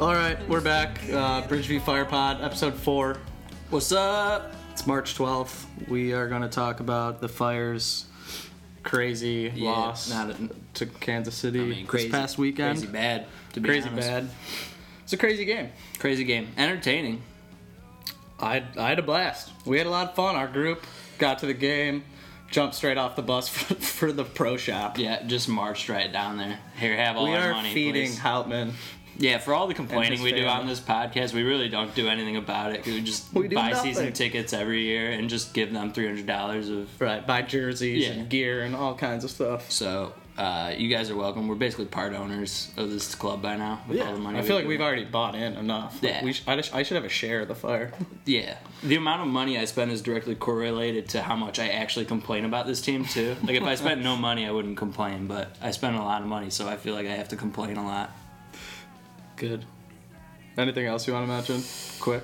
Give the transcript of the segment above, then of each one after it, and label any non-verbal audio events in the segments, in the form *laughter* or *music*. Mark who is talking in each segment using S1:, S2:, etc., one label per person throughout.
S1: All right, we're back. Uh, Bridgeview Fire Pod, episode four. What's up? It's March 12th. We are going to talk about the fires. Crazy
S2: Yeah,
S1: loss
S2: not a-
S1: to Kansas City
S2: I mean, crazy,
S1: this past weekend.
S2: Crazy bad. To be
S1: Crazy
S2: honest.
S1: bad. It's a crazy game.
S2: Crazy game. Entertaining.
S1: I, I had a blast. We had a lot of fun. Our group got to the game, jumped straight off the bus *laughs* for, for the pro shop.
S2: Yeah, just marched right down there. Here, have all
S1: we
S2: our
S1: are
S2: money.
S1: feeding
S2: please.
S1: Houtman.
S2: Yeah, for all the complaining
S1: his
S2: we do
S1: family.
S2: on this podcast, we really don't do anything about it. We just *laughs*
S1: We do
S2: buy
S1: nothing.
S2: season tickets every year and just give them three hundred dollars of.
S1: Right, buy jerseys
S2: Yeah.
S1: and gear and all kinds of stuff.
S2: So uh, you guys are welcome. We're basically part owners of this club by now. With
S1: Yeah,
S2: all the money
S1: I feel
S2: we
S1: like
S2: do.
S1: we've already bought in enough. Like,
S2: Yeah.
S1: we sh- I, just, I should have a share of the fire.
S2: *laughs* Yeah, the amount of money I spend is directly correlated to how much I actually complain about this team too. Like if I
S1: *laughs*
S2: spent no money, I wouldn't complain, but I spend a lot of money, so I feel like I have to complain a lot.
S1: Good. Anything else you want to mention? Quick.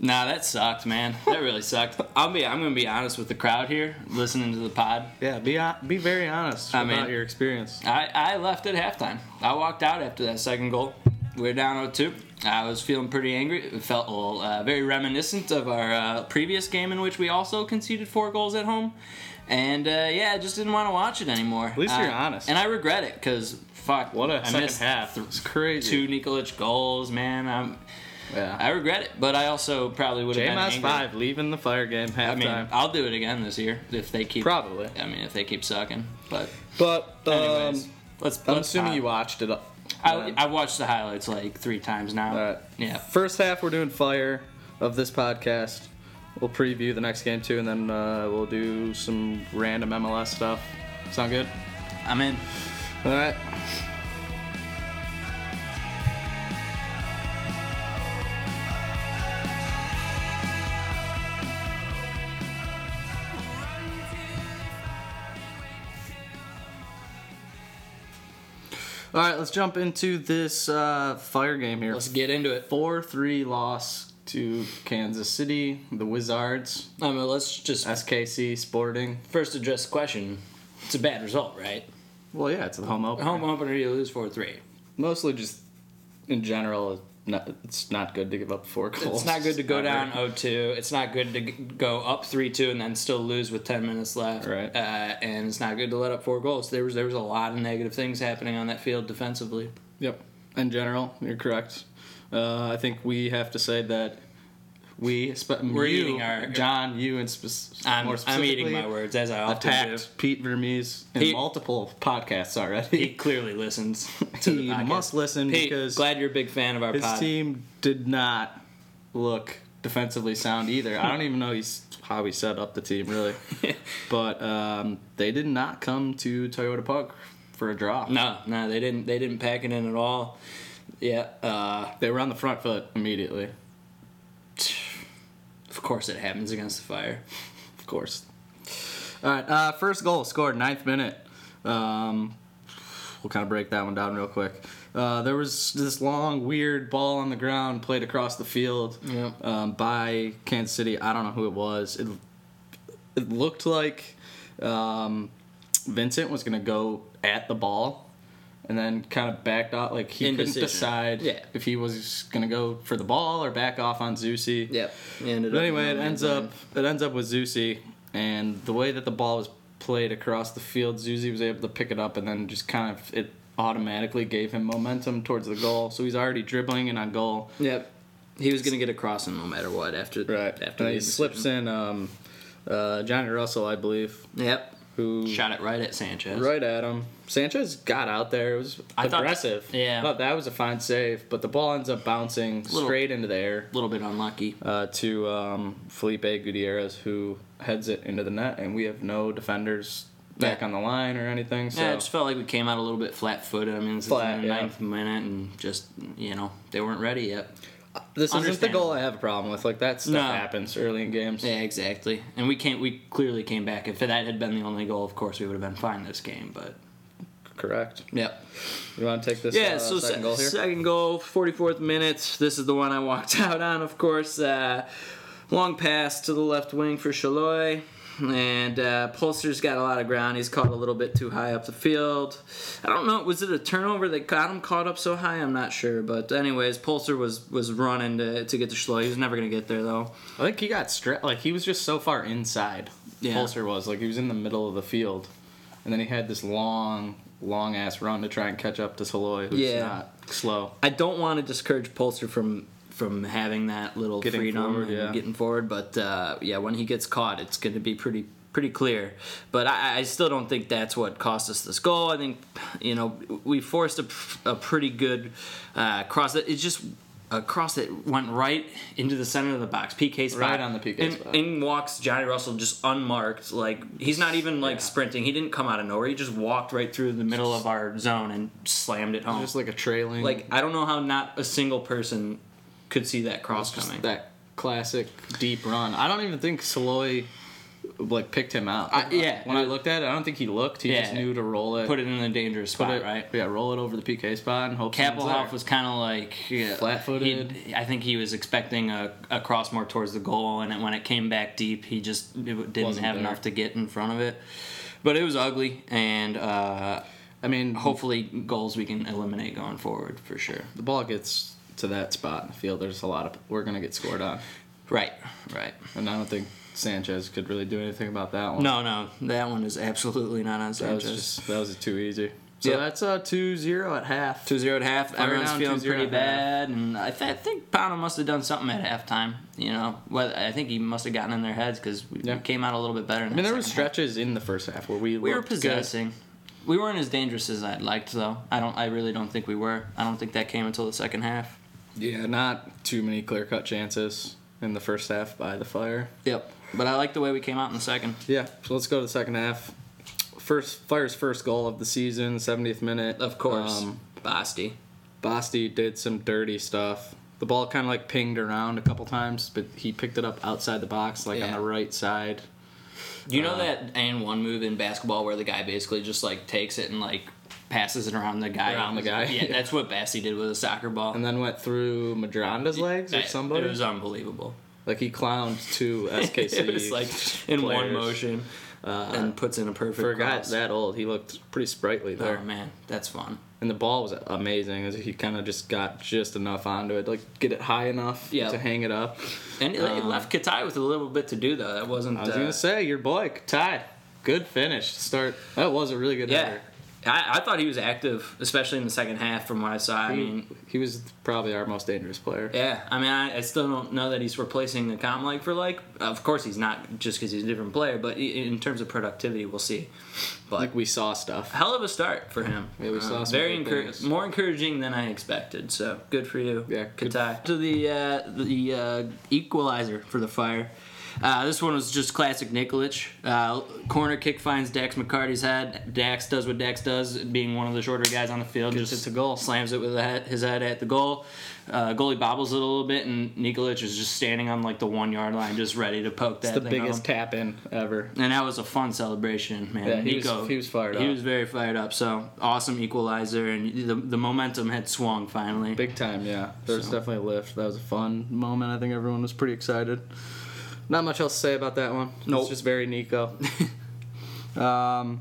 S2: Nah, that sucked, man. That really sucked. I'll be. I'm gonna be honest with the crowd here, listening to the pod.
S1: Yeah, be hon- be very honest
S2: I
S1: about
S2: mean-
S1: your experience.
S2: I, I left at halftime. I walked out after that second goal. We were down 0-2. I was feeling pretty angry. It felt a little, uh, very reminiscent of our uh, previous game in which we also conceded four goals at home. And uh, yeah, I just didn't want to watch it anymore. At
S1: least you're honest.
S2: And I regret it because fuck,
S1: What a
S2: I
S1: second
S2: missed
S1: half.
S2: th-
S1: It's crazy.
S2: two Nikolic goals, man. I'm, I
S1: yeah.
S2: regret it, but I also probably would have been
S1: J-Mouse
S2: angry.
S1: 5 leaving the fire game halftime.
S2: I mean, I'll do it again this year if they keep.
S1: Probably.
S2: I mean, if they keep sucking. But
S1: But um,
S2: anyways, let's.
S1: I'm
S2: let's
S1: assuming
S2: pop.
S1: you watched it. uh,
S2: I, I've watched the highlights like three times now.
S1: All right.
S2: Yeah.
S1: First half, we're doing fire of this podcast. We'll preview the next game too, and then uh, we'll do some random MLS stuff. Sound good?
S2: I'm in.
S1: All right. All right, let's jump into this uh, fire game here.
S2: Let's get into it.
S1: 4 3 loss to Kansas City, the Wizards,
S2: I mean, let's just
S1: SKC Sporting.
S2: first address the question. It's a bad result, right?
S1: Well, yeah, it's the home opener.
S2: Home opener, you lose 4 3.
S1: Mostly just in general, not, it's not good to give up four goals.
S2: It's not good to go
S1: Ever.
S2: down 0 2. It's not good to g- go up 3 2 and then still lose with 10 minutes left.
S1: Right.
S2: Uh, and it's not good to let up four goals. There was, there was a lot of negative things happening on that field defensively.
S1: Yep. In general, you're correct. Uh, I think we have to say that we, spe-
S2: We're
S1: you,
S2: eating our-
S1: John, you, and spec-
S2: I'm,
S1: more
S2: I'm
S1: specifically,
S2: eating my words, as I often do.
S1: attacked Pete Vermees in
S2: He-
S1: multiple podcasts already.
S2: He clearly listens to the
S1: He
S2: podcast.
S1: must listen
S2: Pete,
S1: because
S2: glad you're a big fan of
S1: *laughs*
S2: our
S1: His
S2: pod.
S1: team did not look defensively sound either. I don't even know he's how he set up the team
S2: *laughs*
S1: really, but um, they did not come to Toyota Park for a draw.
S2: *laughs* No, no, they didn't. They didn't pack it in at all. Yeah, uh,
S1: They were on the front foot immediately,
S2: of course it happens against the fire. *laughs*
S1: of course. All right, uh, first goal scored ninth minute. Um, we'll kind of break that one down real quick. Uh, there was this long, weird ball on the ground played across the field
S2: Yeah.
S1: um, by Kansas City. I don't know who it was. It, it looked like um, Vincent was going to go at the ball and then kind of backed off. Like, he
S2: Indecision.
S1: couldn't decide
S2: Yeah.
S1: if he was going to go for the ball or back off on Zusi.
S2: Yep. Ended
S1: But anyway, it ends up it ends up with Zusi, and the way that the ball was played across the field, Zusi was able to pick it up, and then just kind of it automatically gave him momentum towards the goal. So he's already dribbling and on goal.
S2: Yep. He was gonna get a crossing no matter what after
S1: After
S2: after
S1: and
S2: the
S1: he slips in
S2: decision.
S1: um, uh, Johnny Russell, I believe,
S2: Yep.
S1: who
S2: Shot it right at Sanchez.
S1: right at him. Sanchez got out there. It was
S2: I thought-
S1: aggressive.
S2: yeah.
S1: I thought that was a fine save, but the ball ends up bouncing
S2: Little-
S1: straight into the air.
S2: A little bit unlucky.
S1: uh, to um, Felipe Gutierrez, who heads it into the net, and we have no defenders back
S2: Yeah.
S1: on the line or anything. So
S2: Yeah, it just felt like we came out a little bit flat-footed. I mean, this
S1: Flat,
S2: is the
S1: yeah.
S2: ninth minute, and just you know they weren't ready yet.
S1: this isn't the
S2: understandable.
S1: goal I have a problem with. Like that stuff
S2: No.
S1: happens early in games.
S2: Yeah, exactly. And we can't. We clearly came back. If that had been the only goal, of course we would have been fine this game. But
S1: Correct.
S2: yep.
S1: You want to take this?
S2: Yeah,
S1: uh,
S2: so
S1: second
S2: se-
S1: goal here.
S2: second goal, 44th minute. This is the one I *laughs* walked out on, of course. Uh, long pass to the left wing for Shaloy. and uh, Pulser's got a lot of ground. He's caught a little bit too high up the field. I don't know. Was it a turnover that got him caught up so high? I'm not sure. But anyways, Pulser was was running to, to get to Schlo. He was never gonna get there though.
S1: I think he got strapped. Like he was just so far inside.
S2: Yeah.
S1: Pulser was like he was in the middle of the field, and then he had this long, long ass run to try and catch up to Saloy, who's
S2: Yeah.
S1: not slow.
S2: I don't want to discourage Pulser from from having that little
S1: Getting
S2: freedom
S1: forward,
S2: and
S1: yeah.
S2: getting forward, but uh, yeah, when he gets caught, it's going to be pretty pretty clear. But I, I still don't think that's what cost us this goal. I think you know we forced a, a pretty good uh, cross. It just a cross that went right into the center of the box, PK spot,
S1: Right on the PK
S2: and,
S1: spot.
S2: In walks Johnny Russell, just unmarked. Like he's not even like
S1: Yeah.
S2: sprinting. He didn't come out of nowhere. He just walked right through the middle of our zone and slammed it home.
S1: Just like a trailing,
S2: Like I don't know how not a single person could see that cross
S1: just
S2: coming.
S1: that classic deep run. I don't even think Saloy like picked him out.
S2: I- yeah.
S1: When I looked at it, I don't think he looked. He just
S2: Yeah.
S1: knew to roll it.
S2: Put it in a dangerous spot,
S1: it-
S2: right?
S1: Yeah, roll it over the PK spot and hope. someone's
S2: Kapelhoff
S1: there.
S2: was kind of like yeah,
S1: Flat-footed.
S2: he- I think he was expecting a, a cross more towards the goal, and it, when it came back deep, he just it didn't
S1: Wasn't
S2: have
S1: there.
S2: enough to get in front of it. But it was ugly, and uh,
S1: I mean,
S2: hopefully goals we can eliminate going forward for sure.
S1: the ball gets to that spot in the field. There's a lot of we're gonna get scored on,
S2: Right, right.
S1: and I don't think Sanchez could really do anything about that one.
S2: No, no, that one is absolutely not on
S1: that was
S2: Sanchez.
S1: just that was too easy. So
S2: Yep.
S1: that's uh 2-0 at half.
S2: Two zero at half. Everyone's
S1: down,
S2: feeling
S1: 2-0
S2: pretty
S1: at half.
S2: bad, and I, th- I think Pownell must have done something at halftime. You know, whether, I think he must have gotten in their heads because we, we
S1: Yeah.
S2: came out a little bit better. In
S1: I mean, there were stretches in the first half where we
S2: We were
S1: looked good.
S2: possessing. We weren't as dangerous as I'd liked, though. I don't. I really don't think we were. I don't think that came until the second half.
S1: Yeah, not too many clear cut chances in the first half by the Fire.
S2: Yep. But I like the way we came out in the second.
S1: Yeah, so let's go to the second half. First Fire's first goal of the season, 70th minute.
S2: Of course,
S1: Um,
S2: Basti.
S1: Basti did some dirty stuff. The ball kind of like pinged around a couple times, but he picked it up outside the box, like on
S2: Yeah.
S1: the right side.
S2: You
S1: Uh,
S2: know that and one move in basketball where the guy basically just like takes it and like passes it around the guy.
S1: Around the guy. *laughs*
S2: Yeah, that's what Basti did with a soccer ball.
S1: And then went through Madronda's legs or
S2: That-
S1: somebody.
S2: It was unbelievable.
S1: like he clowned two SKC.
S2: *laughs* it was like in one
S1: players.
S2: motion uh, and puts in a perfect
S1: for a guy
S2: cross.
S1: that old, he looked pretty sprightly there.
S2: oh man, that's fun.
S1: And the ball was amazing. as He kind of just got just enough onto it, like get it high enough
S2: Yeah.
S1: to hang it up.
S2: And it, it left Katai with a little bit to do though. That wasn't.
S1: Um, I was
S2: uh,
S1: gonna say your boy Ty, good finish to start. That was a really good
S2: yeah.
S1: header.
S2: I, I thought he was active, especially in the second half. From what I saw, I
S1: He-
S2: mean,
S1: Mm, he was probably our most dangerous player.
S2: yeah, I mean, I, I still don't know that he's replacing the com like for like. Of course, he's not just because he's a different player, but i- in terms of productivity, we'll see. But
S1: Like we saw stuff.
S2: hell of a start for him. Um,
S1: Yeah, we saw some
S2: very
S1: good
S2: encour-
S1: things.
S2: more encouraging than I expected. So good for you.
S1: Yeah, good-
S2: Katai. To the uh, the uh, equalizer for the Fire. Uh, this one was just classic Nikolic. Uh, corner kick finds Dax McCarty's head. Dax does what Dax does, being one of the shorter guys on the field. just
S1: it to
S2: goal. Slams it with the head, his head at the goal. Uh, goalie bobbles it a little bit, and Nikolic is just standing on like the one yard line, just ready to poke that.
S1: The
S2: thing home.
S1: biggest tap in ever.
S2: And that was a fun celebration, man.
S1: Yeah, he was- he was fired
S2: He
S1: up.
S2: was very fired up. So awesome equalizer, and the, the momentum had swung finally.
S1: Big time, yeah. There was
S2: So-
S1: definitely a lift. That was a fun moment. I think everyone was pretty excited. Not much else to say about that one.
S2: Nope.
S1: It's just very Nico. *laughs* um,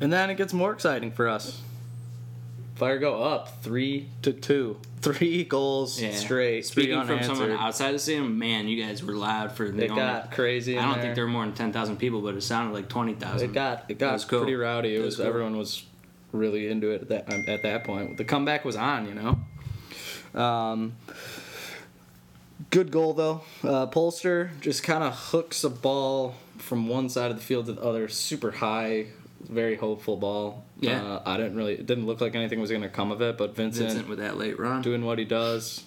S1: and then it gets more exciting for us. Fire go up three to two. Three goals
S2: Yeah.
S1: straight.
S2: Speaking
S1: three
S2: from someone
S1: unanswered.
S2: outside the stadium, man, you guys were loud for the.
S1: It
S2: only-
S1: got crazy.
S2: I
S1: In
S2: don't
S1: there.
S2: think there were more than ten thousand people, but it sounded like twenty
S1: It
S2: thousand.
S1: got it
S2: It
S1: got
S2: was cool.
S1: pretty rowdy. It,
S2: It
S1: was,
S2: was cool.
S1: everyone was really into it at that um, at that point. The comeback was on, you know. Um, good goal though. Uh, Polster just kind of hooks a ball from one side of the field to the other, super high, very hopeful ball.
S2: Yeah.
S1: Uh, I didn't really. It didn't look like anything was going to come of it, but Vincent,
S2: Vincent with that late run,
S1: doing what he does,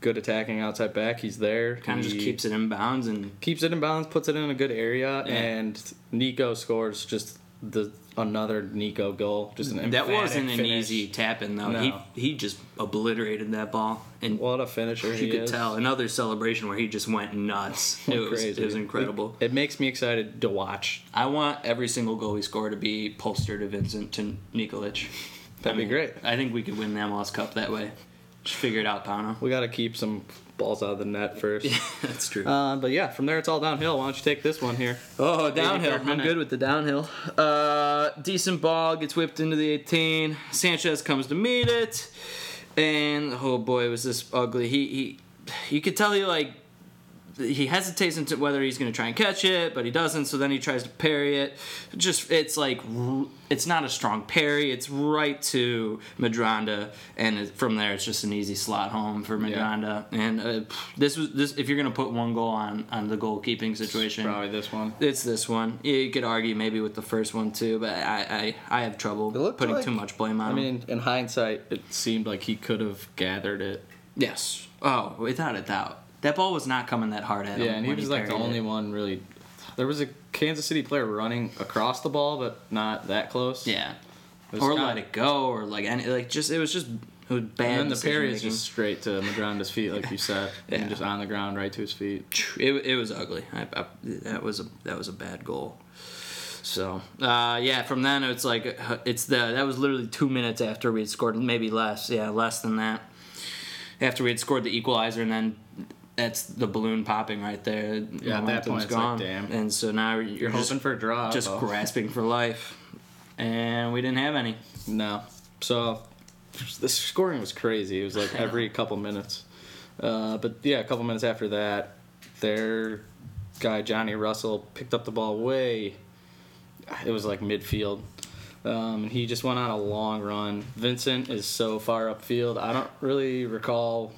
S1: good attacking outside back. He's there.
S2: kind of just
S1: He-
S2: keeps it in bounds, and
S1: keeps it in balance, puts it in a good area,
S2: Yeah.
S1: and Nico scores just the another Nico goal. Just an
S2: that
S1: emphatic
S2: wasn't an
S1: finish.
S2: easy tap in though.
S1: No.
S2: He he just obliterated that ball, and
S1: What a finisher!
S2: you
S1: he
S2: could
S1: is.
S2: tell another celebration where he just
S1: *laughs*
S2: went nuts. it was
S1: Crazy.
S2: it was incredible.
S1: It makes me excited to watch.
S2: I want every single goal we score to be Polster to Vincent to Nikolic.
S1: *laughs* That'd be great.
S2: I think we could win the MLS Cup that way. Just figure it out, Pano.
S1: We got to keep some balls out of the net first.
S2: That's true.
S1: Uh, but yeah, from there it's all downhill. Why don't you take this one here?
S2: Oh, downhill.
S1: 83rd
S2: I'm
S1: minute.
S2: good with the downhill. Uh, decent ball gets whipped into the 18. Sanchez comes to meet it, and oh boy, was this ugly. He he, you could tell he like he hesitates into whether he's going to try and catch it, but he doesn't. So then he tries to parry it. Just it's like r- it's not a strong parry. It's right to Madronda, and it, from there it's just an easy slot home for Madronda. And uh, this was this if you're going to put one goal on on the goalkeeping situation,
S1: Probably this one.
S2: it's this one. Yeah, You could argue maybe with the first one too, but I I, I have trouble
S1: looked
S2: putting
S1: like-
S2: too much blame on
S1: I
S2: him.
S1: mean, in hindsight, it seemed like he could have gathered it.
S2: yes. Oh, without a doubt, that ball was not coming that hard at him.
S1: Yeah, and he
S2: when
S1: was like the
S2: parried
S1: only
S2: it.
S1: one really. There was a Kansas City player running across the ball, but not that close.
S2: Yeah,
S1: was
S2: or
S1: kinda-
S2: let it go, or like any like just it was just it was bad.
S1: And then the parry is
S2: decision-making.
S1: just straight to Madronda's feet, like you said,
S2: Yeah.
S1: and just on the ground, right to his feet.
S2: it, it was ugly. I, I, that was a that was a bad goal. So uh, yeah, from then it's like uh, it's the that was literally two minutes after we had scored, maybe less. Yeah, less than that. After we had scored the equalizer, and then that's the balloon popping right there.
S1: Yeah, at that point, it's like, damn.
S2: And so now you're,
S1: You're
S2: just,
S1: hoping for a draw.
S2: just
S1: though.
S2: grasping for life, and we didn't have any.
S1: No. So the scoring was crazy. It was like every couple minutes. Uh, but yeah, a couple minutes after that, their guy Johnny Russell picked up the ball way. It was like midfield. Um, and he just went on a long run. Vincent is so far upfield. I don't really recall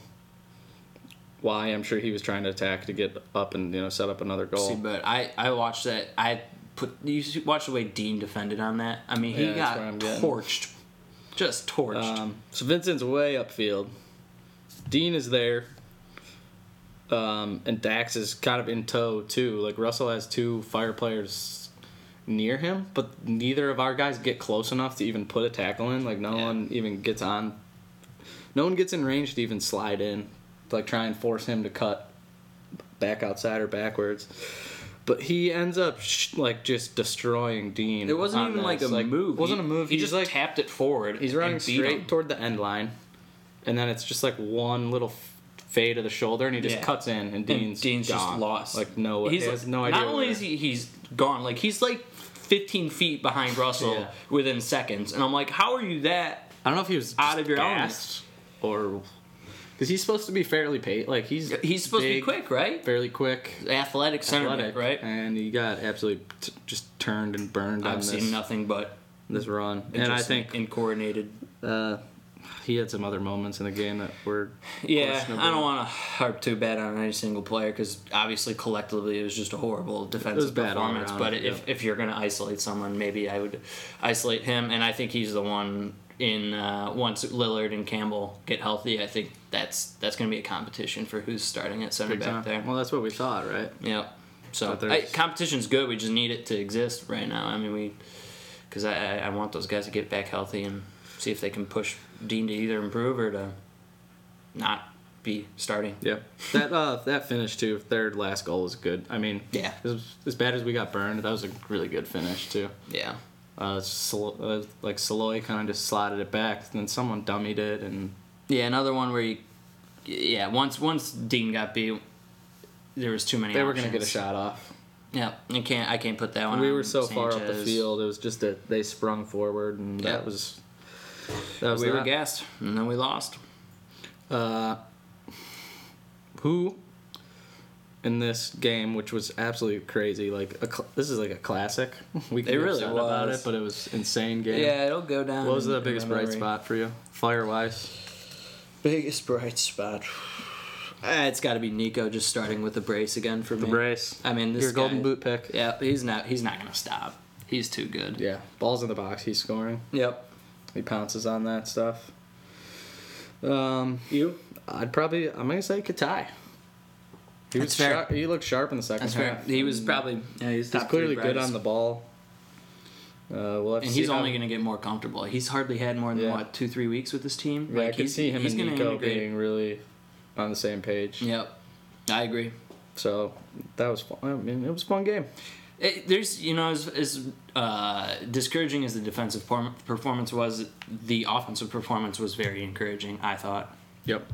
S1: why. I'm sure he was trying to attack to get up and you know set up another goal.
S2: See, but I I watched that. I put you should watch the way Dean defended on that. I mean, he
S1: Yeah, that's what I'm
S2: got
S1: getting.
S2: torched, just torched.
S1: Um, so Vincent's way upfield. Dean is there. Um, and Dax is kind of in tow too. Like Russell has two fire players near him, but neither of our guys get close enough to even put a tackle in. Like no
S2: Yeah.
S1: one even gets on. No one gets in range to even slide in, to, like try and force him to cut back outside or backwards. But he ends up sh- like just destroying Dean.
S2: It wasn't
S1: on
S2: even
S1: this.
S2: like a move.
S1: Wasn't a move.
S2: He,
S1: He's,
S2: just
S1: like
S2: tapped it forward.
S1: He's running
S2: and beat him.
S1: straight toward the end line, and then it's just like one little f- fade of the shoulder, and he just
S2: Yeah.
S1: cuts in, and
S2: And
S1: Dean's,
S2: Dean's just
S1: gone.
S2: lost.
S1: Like no, he has no idea.
S2: Not only
S1: where-
S2: is he he's gone, like he's like 15 feet behind Russell
S1: Yeah.
S2: within seconds, and I'm like, how are you that?
S1: I don't know if he was
S2: out
S1: just
S2: of your
S1: gassed or because he's supposed to be fairly paid. Like he's
S2: He's supposed
S1: big,
S2: to be quick, right?
S1: fairly quick,
S2: Athletic center, back,
S1: athletic,
S2: right?
S1: And he got absolutely t- just turned and burned on
S2: I've
S1: this
S2: seen nothing but.
S1: this run, and I
S2: just
S1: think
S2: incoordinated.
S1: uh, he had some other moments in the game that
S2: *laughs*
S1: were
S2: Yeah,
S1: questionable.
S2: I don't want to harp too bad on any single player because obviously collectively it was just a horrible defensive
S1: bad all
S2: performance.
S1: around,
S2: But
S1: yeah.
S2: if, if you're going to isolate someone, maybe I would isolate him. And I think he's the one in uh, once Lillard and Campbell get healthy. I think that's that's going to be a competition for who's starting at center
S1: big time.
S2: back there.
S1: Well, that's what we thought, right?
S2: Yep. So
S1: But
S2: I,
S1: there's-
S2: competition's good. We just need it to exist right now. I mean, we because I, I I want those guys to get back healthy and see if they can push Dean to either improve or to not be starting.
S1: Yep. That uh that finish too, their last goal was good. I mean,
S2: Yeah.
S1: As, as bad as we got burned, that was a really good finish too.
S2: Yeah.
S1: Uh, Sol- uh like Saloy kind of just slotted it back, and then someone dummied it, and
S2: Yeah. Another one where you. Yeah. Once once Dean got beat, there was too many.
S1: they were gonna get a
S2: options.
S1: shot off.
S2: Yeah. You can't. I can't put that one.
S1: we
S2: on
S1: were so far up the
S2: Sanchez.
S1: field, it was just that they sprung forward, and
S2: Yeah.
S1: that was that was
S2: We were
S1: that.
S2: gassed, and then we lost.
S1: Uh, who in this game, which was absolutely crazy, like a cl- this is like a classic. We can get
S2: It really
S1: upset about
S2: was.
S1: it, but it was insane game.
S2: it'll go down.
S1: What was the biggest bright spot for you, fire wise?
S2: Biggest bright spot. Uh, it's got to be Nico just starting with the brace again for me.
S1: brace.
S2: I mean, this
S1: Your golden
S2: guy-
S1: boot pick.
S2: Yeah, he's not. He's not gonna stop. He's too good.
S1: Yeah, balls in the box. He's scoring.
S2: Yep.
S1: He pounces on that stuff. Um, you? I'd probably. I'm gonna say Katai. He
S2: That's
S1: was
S2: fair.
S1: sharp. He looked sharp in the second
S2: That's fair. Mm.
S1: half.
S2: He was
S1: And
S2: probably. Yeah, he's,
S1: He's
S2: top three
S1: clearly good
S2: brightest.
S1: on the ball. Uh, we'll have to
S2: And
S1: see
S2: he's
S1: how-
S2: only gonna get more comfortable. He's hardly had more than
S1: Yeah.
S2: what two, three weeks with this team.
S1: Yeah, I can
S2: he's,
S1: see him
S2: he's
S1: and
S2: gonna
S1: Nico
S2: integrate.
S1: being really on the same page.
S2: Yep. I agree.
S1: So that was fun. I mean, it was a fun game.
S2: It, there's, you know, as, as uh, discouraging as the defensive perform- performance was, the offensive performance was very encouraging. I thought.
S1: Yep.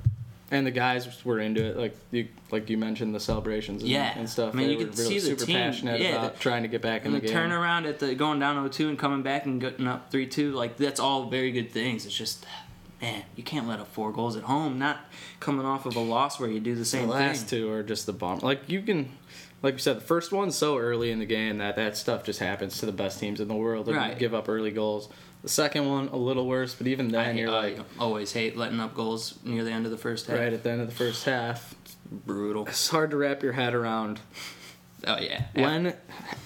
S1: And the guys were into it, like you like you mentioned the celebrations and,
S2: Yeah.
S1: and stuff.
S2: I mean,
S1: they
S2: you
S1: were
S2: could
S1: really
S2: see the
S1: super
S2: team.
S1: passionate
S2: Yeah,
S1: about
S2: the-
S1: trying to get back in
S2: And
S1: the,
S2: the
S1: game.
S2: turnaround at the going down 0-2 and coming back and getting up 3-2, like that's all very good things. It's just, man, you can't let up four goals at home. Not coming off of a loss where you do the
S1: the
S2: same
S1: last
S2: thing.
S1: two are just the bomb. Like you can, like you said, the first one's so early in the game that that stuff just happens to the best teams in the world and
S2: Right.
S1: give up early goals. The second one a little worse, but even
S2: I
S1: then
S2: hate-
S1: you're
S2: I
S1: like
S2: always hate letting up goals near the end of the first half.
S1: right at the end of the first half.
S2: Brutal.
S1: It's hard to wrap your head around
S2: Oh yeah.
S1: when,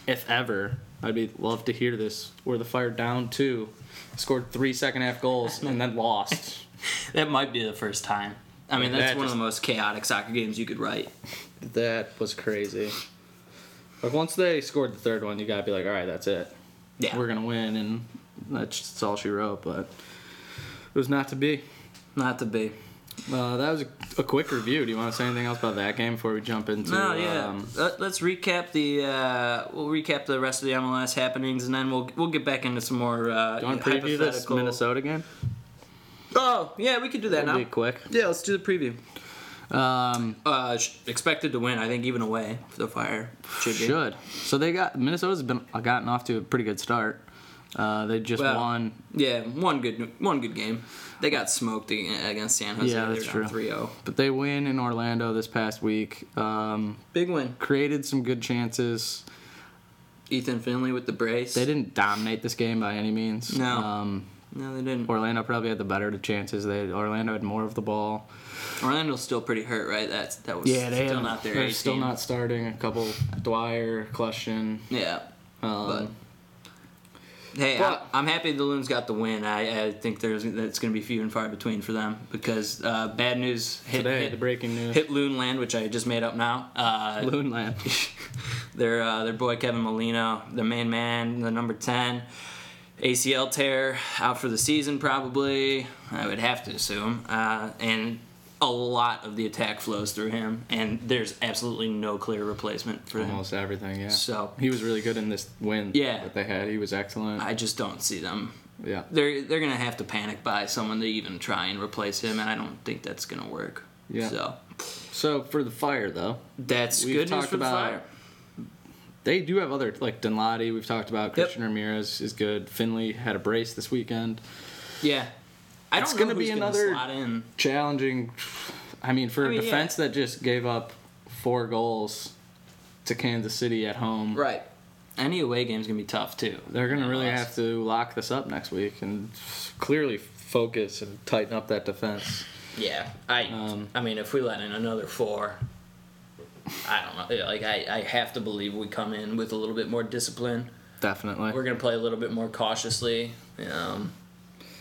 S1: if ever. I'd be love to hear this. Where the Fire down two, scored three second half goals and then lost.
S2: That might be the first time. I mean,
S1: Yeah,
S2: that's
S1: that
S2: one
S1: just-
S2: of the most chaotic soccer games you could write.
S1: *laughs* That was crazy. Like once they scored the third one, you gotta be like, all right, that's it.
S2: Yeah.
S1: We're gonna win, and that's just all she wrote. But it was not to be.
S2: Not to be.
S1: Uh, that was a, a quick review. Do you want to say anything else about that game before we jump into?
S2: No, yeah.
S1: um,
S2: Let, us recap the uh, we'll recap the rest of the MLS happenings, and then we'll we'll get back into some more uh,
S1: do you want to preview this
S2: hypothetical-
S1: Minnesota game?
S2: Oh yeah, we could do that
S1: It'll be
S2: now.
S1: quick.
S2: Yeah, let's do the preview.
S1: Um,
S2: Uh, sh- expected to win, I think, even away for the Fire. Should be.
S1: should so they got Minnesota's been uh, gotten off to a pretty good start. Uh, they just
S2: Well,
S1: won.
S2: Yeah, one good one good game. They got smoked ag- against San Jose.
S1: Yeah,
S2: They
S1: that's
S2: were
S1: true.
S2: down oh. 3-0.
S1: But they win in Orlando this past week. Um,
S2: Big win.
S1: created some good chances.
S2: Ethan Finley with the brace.
S1: They didn't dominate this game by any means.
S2: No.
S1: Um,
S2: No, they didn't.
S1: Orlando probably had the better of the chances. They Orlando had more of the ball.
S2: Orlando's still pretty hurt, right? That's that was still
S1: haven't-
S2: not their
S1: They're
S2: A
S1: still
S2: team.
S1: not starting. A couple Dwyer, Clutchin.
S2: Yeah, but
S1: Um,
S2: hey,
S1: but-
S2: I, I'm happy the Loons got the win. I, I think there's that's going to be few and far between for them because uh, bad news hit
S1: today,
S2: hit,
S1: the breaking news:
S2: hit Loon Land, which I just made up now.
S1: *laughs*
S2: Uh,
S1: Loonland.
S2: *laughs* their uh, their boy Kevin Molino, the main man, the number ten, ACL tear, out for the season probably. I would have to assume, uh, and a lot of the attack flows through him, and there's absolutely no clear replacement for him.
S1: Almost everything. Yeah.
S2: So-
S1: he was really good in this win.
S2: Yeah.
S1: That they had. He was excellent.
S2: I just don't see them.
S1: yeah.
S2: They're they're gonna have to panic buy someone to even try and replace him, and I don't think that's gonna work.
S1: Yeah.
S2: So
S1: So for the fire though,
S2: that's
S1: We've
S2: good news
S1: talked
S2: for the
S1: about-
S2: Fire.
S1: they do have other like Donladi. We've talked about Christian Ramirez is good. Finley had a brace this weekend.
S2: Yeah. I
S1: It's
S2: don't know
S1: gonna
S2: who's
S1: be
S2: gonna
S1: another-
S2: slot in.
S1: challenging. I mean, for
S2: I mean,
S1: a defense that just gave up four goals to Kansas City at home,
S2: Right. Any away game's gonna be tough too.
S1: they're going to really
S2: Loss.
S1: have to lock this up next week and clearly focus and tighten up that defense.
S2: Yeah, I.
S1: Um,
S2: I mean, if we let in another four, I don't know. Like, I, I have to believe we come in with a little bit more discipline.
S1: Definitely.
S2: We're gonna play a little bit more cautiously. Um,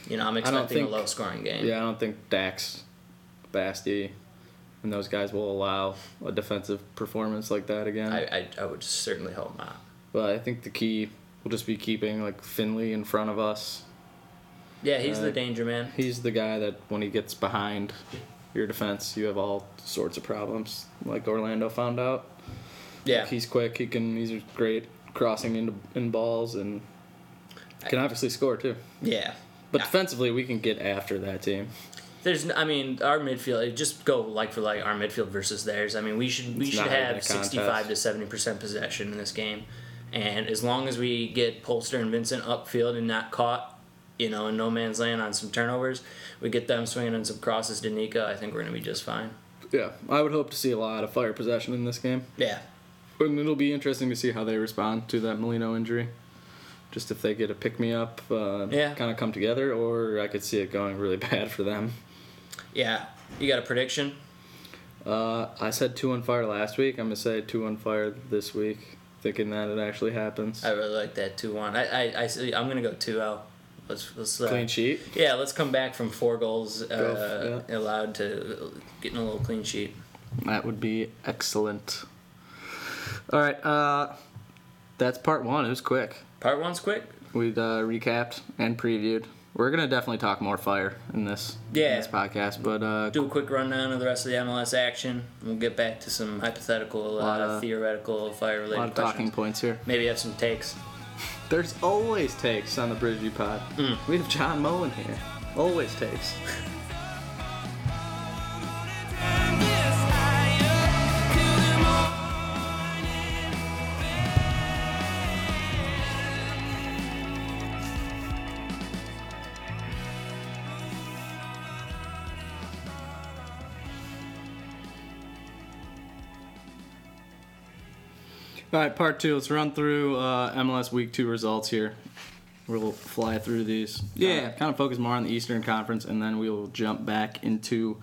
S2: you know, I'm
S1: don't
S2: expecting
S1: think-
S2: a low scoring game.
S1: yeah, I don't think Dax, Basti, and those guys will allow a defensive performance like that again.
S2: I, I, I would certainly hope not.
S1: but I think the key will just be keeping like Finley in front of us.
S2: Yeah, he's
S1: Uh,
S2: the danger man.
S1: He's the guy that when he gets behind your defense, you have all sorts of problems. Like Orlando found out,
S2: Yeah,
S1: he's quick. He can. He's great crossing into in balls and can obviously score too.
S2: yeah.
S1: But
S2: Yeah.
S1: defensively, we can get after that team.
S2: There's, n- I mean, our midfield. Just go like for like our midfield versus theirs. I mean, we should we
S1: It's
S2: should
S1: not even a
S2: have
S1: contest.
S2: 65 to 70 percent possession in this game, and as long as we get Polster and Vincent upfield and not caught, you know, in no man's land on some turnovers, we get them swinging on some crosses to Nika. I think we're gonna be just fine.
S1: Yeah, I would hope to see a lot of fire possession in this game,
S2: Yeah,
S1: and it'll be interesting to see how they respond to that Molino injury. Just if they get a pick me up, uh,
S2: Yeah.
S1: kind of come together, or I could see it going really *laughs* bad for them.
S2: yeah. You got a prediction?
S1: Uh, I said two on fire last week. I'm gonna say two on fire this week, thinking that it actually happens.
S2: I really like that two one. I I, I see- I'm gonna go two zero. Let's let's uh,
S1: Clean sheet.
S2: Yeah, let's come back from four goals uh,
S1: Go,
S2: allowed to uh, getting a little clean sheet.
S1: That would be excellent. All right, uh, that's part one. It was quick.
S2: Part one's quick.
S1: We uh, recapped and previewed. We're gonna definitely talk more fire in this in
S2: Yeah.
S1: this podcast, but uh,
S2: do a quick rundown of the rest of the MLS action. and We'll get back to some hypothetical, uh,
S1: Lot of- a
S2: theoretical,
S1: lot
S2: fire-related
S1: of talking
S2: questions.
S1: points here.
S2: Maybe have some takes.
S1: There's always takes on the Mm. Bridgeview Pod. We have John Mullen here. Always takes. *laughs* All right, part two. Let's run through uh, MLS Week Two results here. We'll fly through these.
S2: Yeah.
S1: kind of focus more on the Eastern Conference, and then we'll jump back into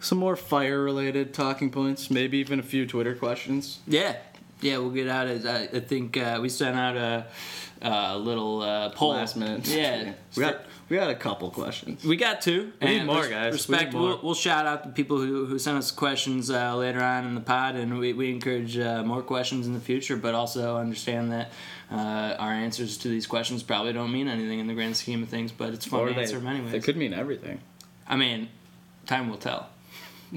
S1: some more fire-related talking points. Maybe even a few Twitter questions.
S2: Yeah, yeah, we'll get out. As I, I think uh, we sent out a, a little uh, poll
S1: Last minute.
S2: Yeah,
S1: *laughs* we got we got a couple questions.
S2: We got two.
S1: We need
S2: And
S1: more,
S2: res-
S1: guys. We
S2: Respect.
S1: need more.
S2: We'll, we'll shout out the people who, who sent us questions uh, later on in the pod, and we, we encourage uh, more questions in the future. But also understand that uh, our answers to these questions probably don't mean anything in the grand scheme of things. But it's fun
S1: Or
S2: to
S1: they,
S2: answer them anyways.
S1: they could mean everything.
S2: I mean, time will tell.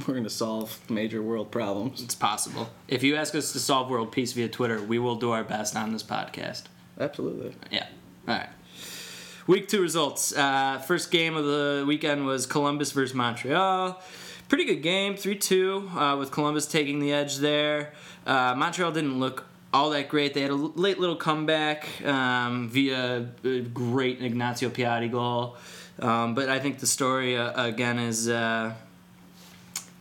S1: We're gonna solve major world problems.
S2: It's possible. If you ask us to solve world peace via Twitter, we will do our best on this podcast.
S1: Absolutely.
S2: Yeah. All right. Week two results. Uh, first game of the weekend was Columbus versus Montreal. Pretty good game, 3 2, uh, with Columbus taking the edge there. Uh, Montreal didn't look all that great. They had a l- late little comeback um, via a great Ignacio Piatti goal. Um, but I think the story, uh, again, is. Uh,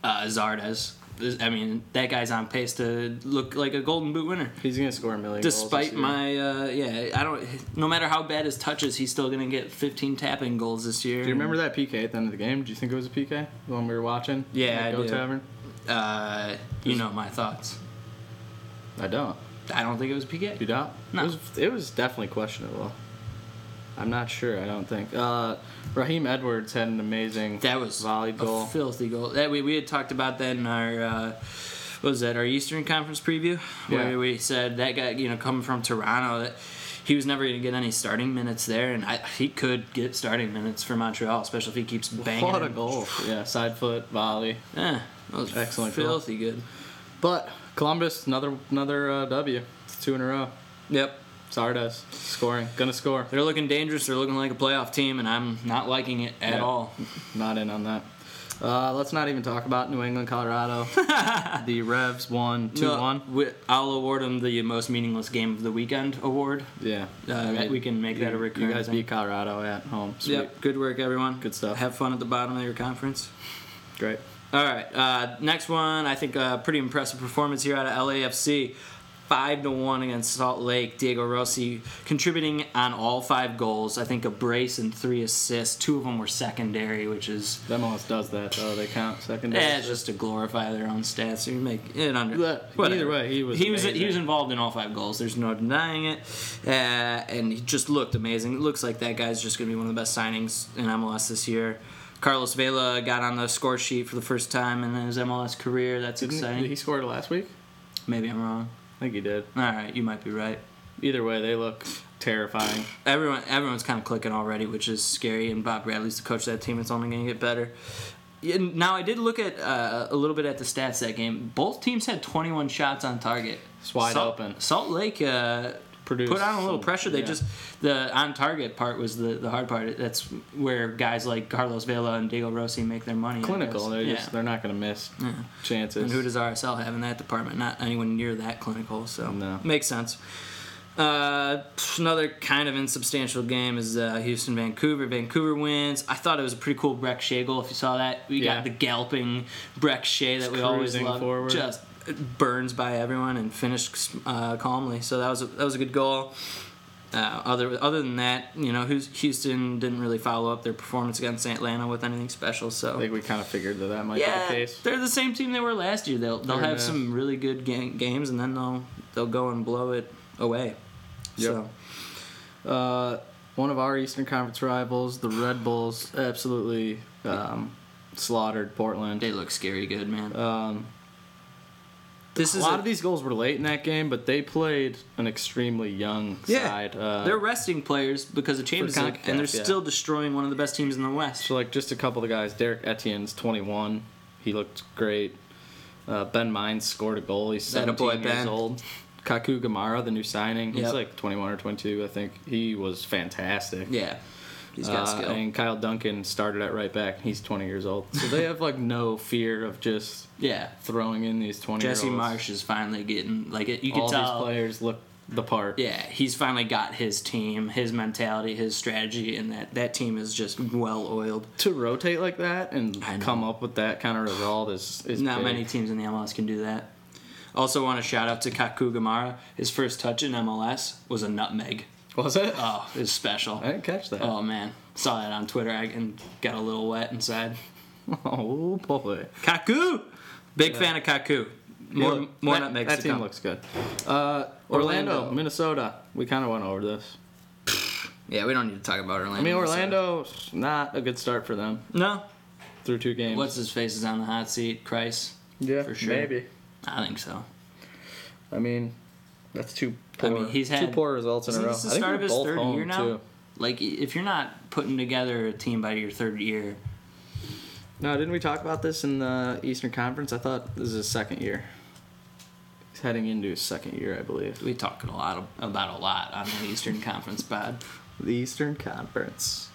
S2: uh, Zardes. I mean, that guy's on pace to look like a Golden Boot winner
S1: He's gonna score a million. goals
S2: despite
S1: this year.
S2: my uh, yeah i don't no matter how bad his touch is he's still gonna get 15 tapping goals this year
S1: Do you remember that PK at the end of the game? Do you think it was a PK? The one we were watching?
S2: Yeah,
S1: At
S2: I
S1: Go
S2: do.
S1: Tavern.
S2: uh, you know my thoughts
S1: I don't.
S2: i don't think it was
S1: You
S2: pk
S1: doubt?
S2: No.
S1: It was, it was definitely questionable. I'm not sure. I don't think. Uh, Raheem Edwards had an amazing
S2: that was
S1: volley
S2: a
S1: goal.
S2: filthy goal that we, we had talked about that in our uh, what was that our eastern conference preview where
S1: Yeah.
S2: we said that guy you know coming from toronto that he was never going to get any starting minutes there, and I, he could get starting minutes for Montreal, especially if he keeps banging.
S1: What a
S2: them.
S1: goal! Yeah, side foot volley.
S2: Yeah, that was
S1: Excellent goal.
S2: filthy good.
S1: But Columbus, another another uh, W. It's two in a row.
S2: Yep,
S1: Sardes scoring, gonna score.
S2: They're looking dangerous. They're looking like a playoff team, and I'm not liking it at
S1: Yeah.
S2: all.
S1: Not in on that. Uh, let's not even talk about New England, Colorado.
S2: *laughs*
S1: the Revs won two
S2: No,
S1: one.
S2: we- I'll award them the most meaningless game of the weekend award.
S1: Yeah,
S2: Uh,
S1: I mean,
S2: we can make that a
S1: you-
S2: recurring.
S1: You guys
S2: thing.
S1: beat Colorado at home. Sweet.
S2: Yep. Good work, everyone.
S1: Good stuff.
S2: Have fun at the bottom of your conference.
S1: Great.
S2: All right. Uh, next one. I think a pretty impressive performance here out of LAFC. Five to one against Salt Lake. Diego Rossi contributing on all five goals. I think a brace and three assists. Two of them were secondary, which is
S1: Them almost does that though. They count secondary.
S2: Yeah, it's just to glorify their own stats. You make it under.
S1: But either
S2: whatever.
S1: way, he was
S2: he was he
S1: amazing.
S2: was involved in all five goals. There's no denying it, uh, and he just looked amazing. It looks like that guy's just going to be one of the best signings in MLS this year. Carlos Vela got on the score sheet for the first time in his MLS career. That's
S1: Didn't-
S2: exciting.
S1: Did he scored last week?
S2: Maybe I'm wrong.
S1: I think he did.
S2: All right, you might be right.
S1: Either way, they look terrifying.
S2: everyone everyone's kind of clicking already, which is scary. And Bob Bradley's the coach of that team. It's only going to get better. Yeah, Now I did look at uh, a little bit at the stats that game. Both teams had 21 shots on target.
S1: It's wide
S2: Salt,
S1: open.
S2: Salt Lake uh,
S1: Produced
S2: put on a little
S1: some-
S2: pressure. They
S1: yeah.
S2: just the on target part was the, the hard part. That's where guys like Carlos Vela and Diego Rossi make their money. I
S1: Clinical.
S2: guess.
S1: They're
S2: yeah.
S1: just they're not gonna miss chances.
S2: And who does RSL have in that department? Not anyone near that clinical, so
S1: No.
S2: makes sense. Uh, another kind of insubstantial game is uh, Houston Vancouver. Vancouver wins. I thought it was a pretty cool Breck Shea goal. If you saw that, we
S1: Yeah.
S2: got the galloping Breck Shea that we always
S1: cruising
S2: love.
S1: forward.
S2: Just burns by everyone and finished uh, calmly. So that was a, that was a good goal. Uh, other other than that, you know, Hous- Houston didn't really follow up their performance against Atlanta with anything special. So
S1: I think we kind of figured that that might
S2: yeah,
S1: be the case.
S2: they're the same team they were last year. They'll they'll
S1: Fair
S2: have
S1: enough.
S2: some really good ga- games, and then they'll they'll go and blow it away.
S1: Yep.
S2: So
S1: Uh, one of our Eastern Conference rivals, the Red Bulls, absolutely um, slaughtered Portland.
S2: they look scary good, man.
S1: Um,
S2: this
S1: a
S2: is
S1: lot of these goals were late in that game, but they played an extremely young
S2: Yeah.
S1: side. Uh,
S2: they're resting players because of Champions League,
S1: CONCACAF,
S2: and they're
S1: yeah.
S2: still destroying one of the best teams in the West.
S1: So like just a couple of the guys. Derek Etienne's 21. He looked great. Uh, ben Mines scored a goal. He's
S2: Atta
S1: 17
S2: boy,
S1: years
S2: Ben.
S1: old. Kaku Gamara, the new signing, he's
S2: Yep.
S1: like 21 or 22, I think. He was fantastic.
S2: Yeah, he's got
S1: Uh,
S2: skill.
S1: and Kyle Duncan started at right back. He's 20 years old. So they have like no fear of just
S2: yeah,
S1: throwing in these 20.
S2: Jesse
S1: year olds.
S2: Marsh is finally getting like it. You can
S1: All these
S2: tell.
S1: players look the part.
S2: Yeah, he's finally got his team, his mentality, his strategy, and that that team is just well oiled.
S1: To rotate like that and
S2: I know.
S1: come up with that kind of result is is
S2: Not
S1: big.
S2: many teams in the MLS can do that. Also, want to shout out to Kakugamara. His first touch in MLS was a nutmeg.
S1: Was it?
S2: Oh, it was special.
S1: I didn't catch that.
S2: Oh man, saw that on Twitter. I and got a little wet inside.
S1: *laughs* Oh boy.
S2: Kaku, big fan of Kaku. More,
S1: Yeah,
S2: more
S1: that,
S2: nutmegs
S1: That
S2: to
S1: team
S2: come.
S1: looks good. Uh, Orlando,
S2: Orlando.
S1: Minnesota. We kind of went over this.
S2: Yeah, we don't need to talk about Orlando.
S1: I mean, Orlando's not a good start for them
S2: No.
S1: through two games.
S2: What's his face is on the hot seat. Christ,
S1: yeah,
S2: for sure.
S1: Maybe.
S2: I think so.
S1: I mean, that's two poor.
S2: mean, he's
S1: two
S2: had-
S1: poor results in a
S2: Isn't
S1: row.
S2: this the
S1: I think
S2: start
S1: they're
S2: of his
S1: both
S2: third
S1: home,
S2: year now?
S1: Too.
S2: Like, i- if you're not putting together a team by your third year,
S1: No, didn't we talk about this in the Eastern Conference? I thought this is his second year. He's heading into his second year, I believe.
S2: we talk a lot of- about a lot on the
S1: *laughs*
S2: Eastern Conference pod.
S1: The Eastern Conference.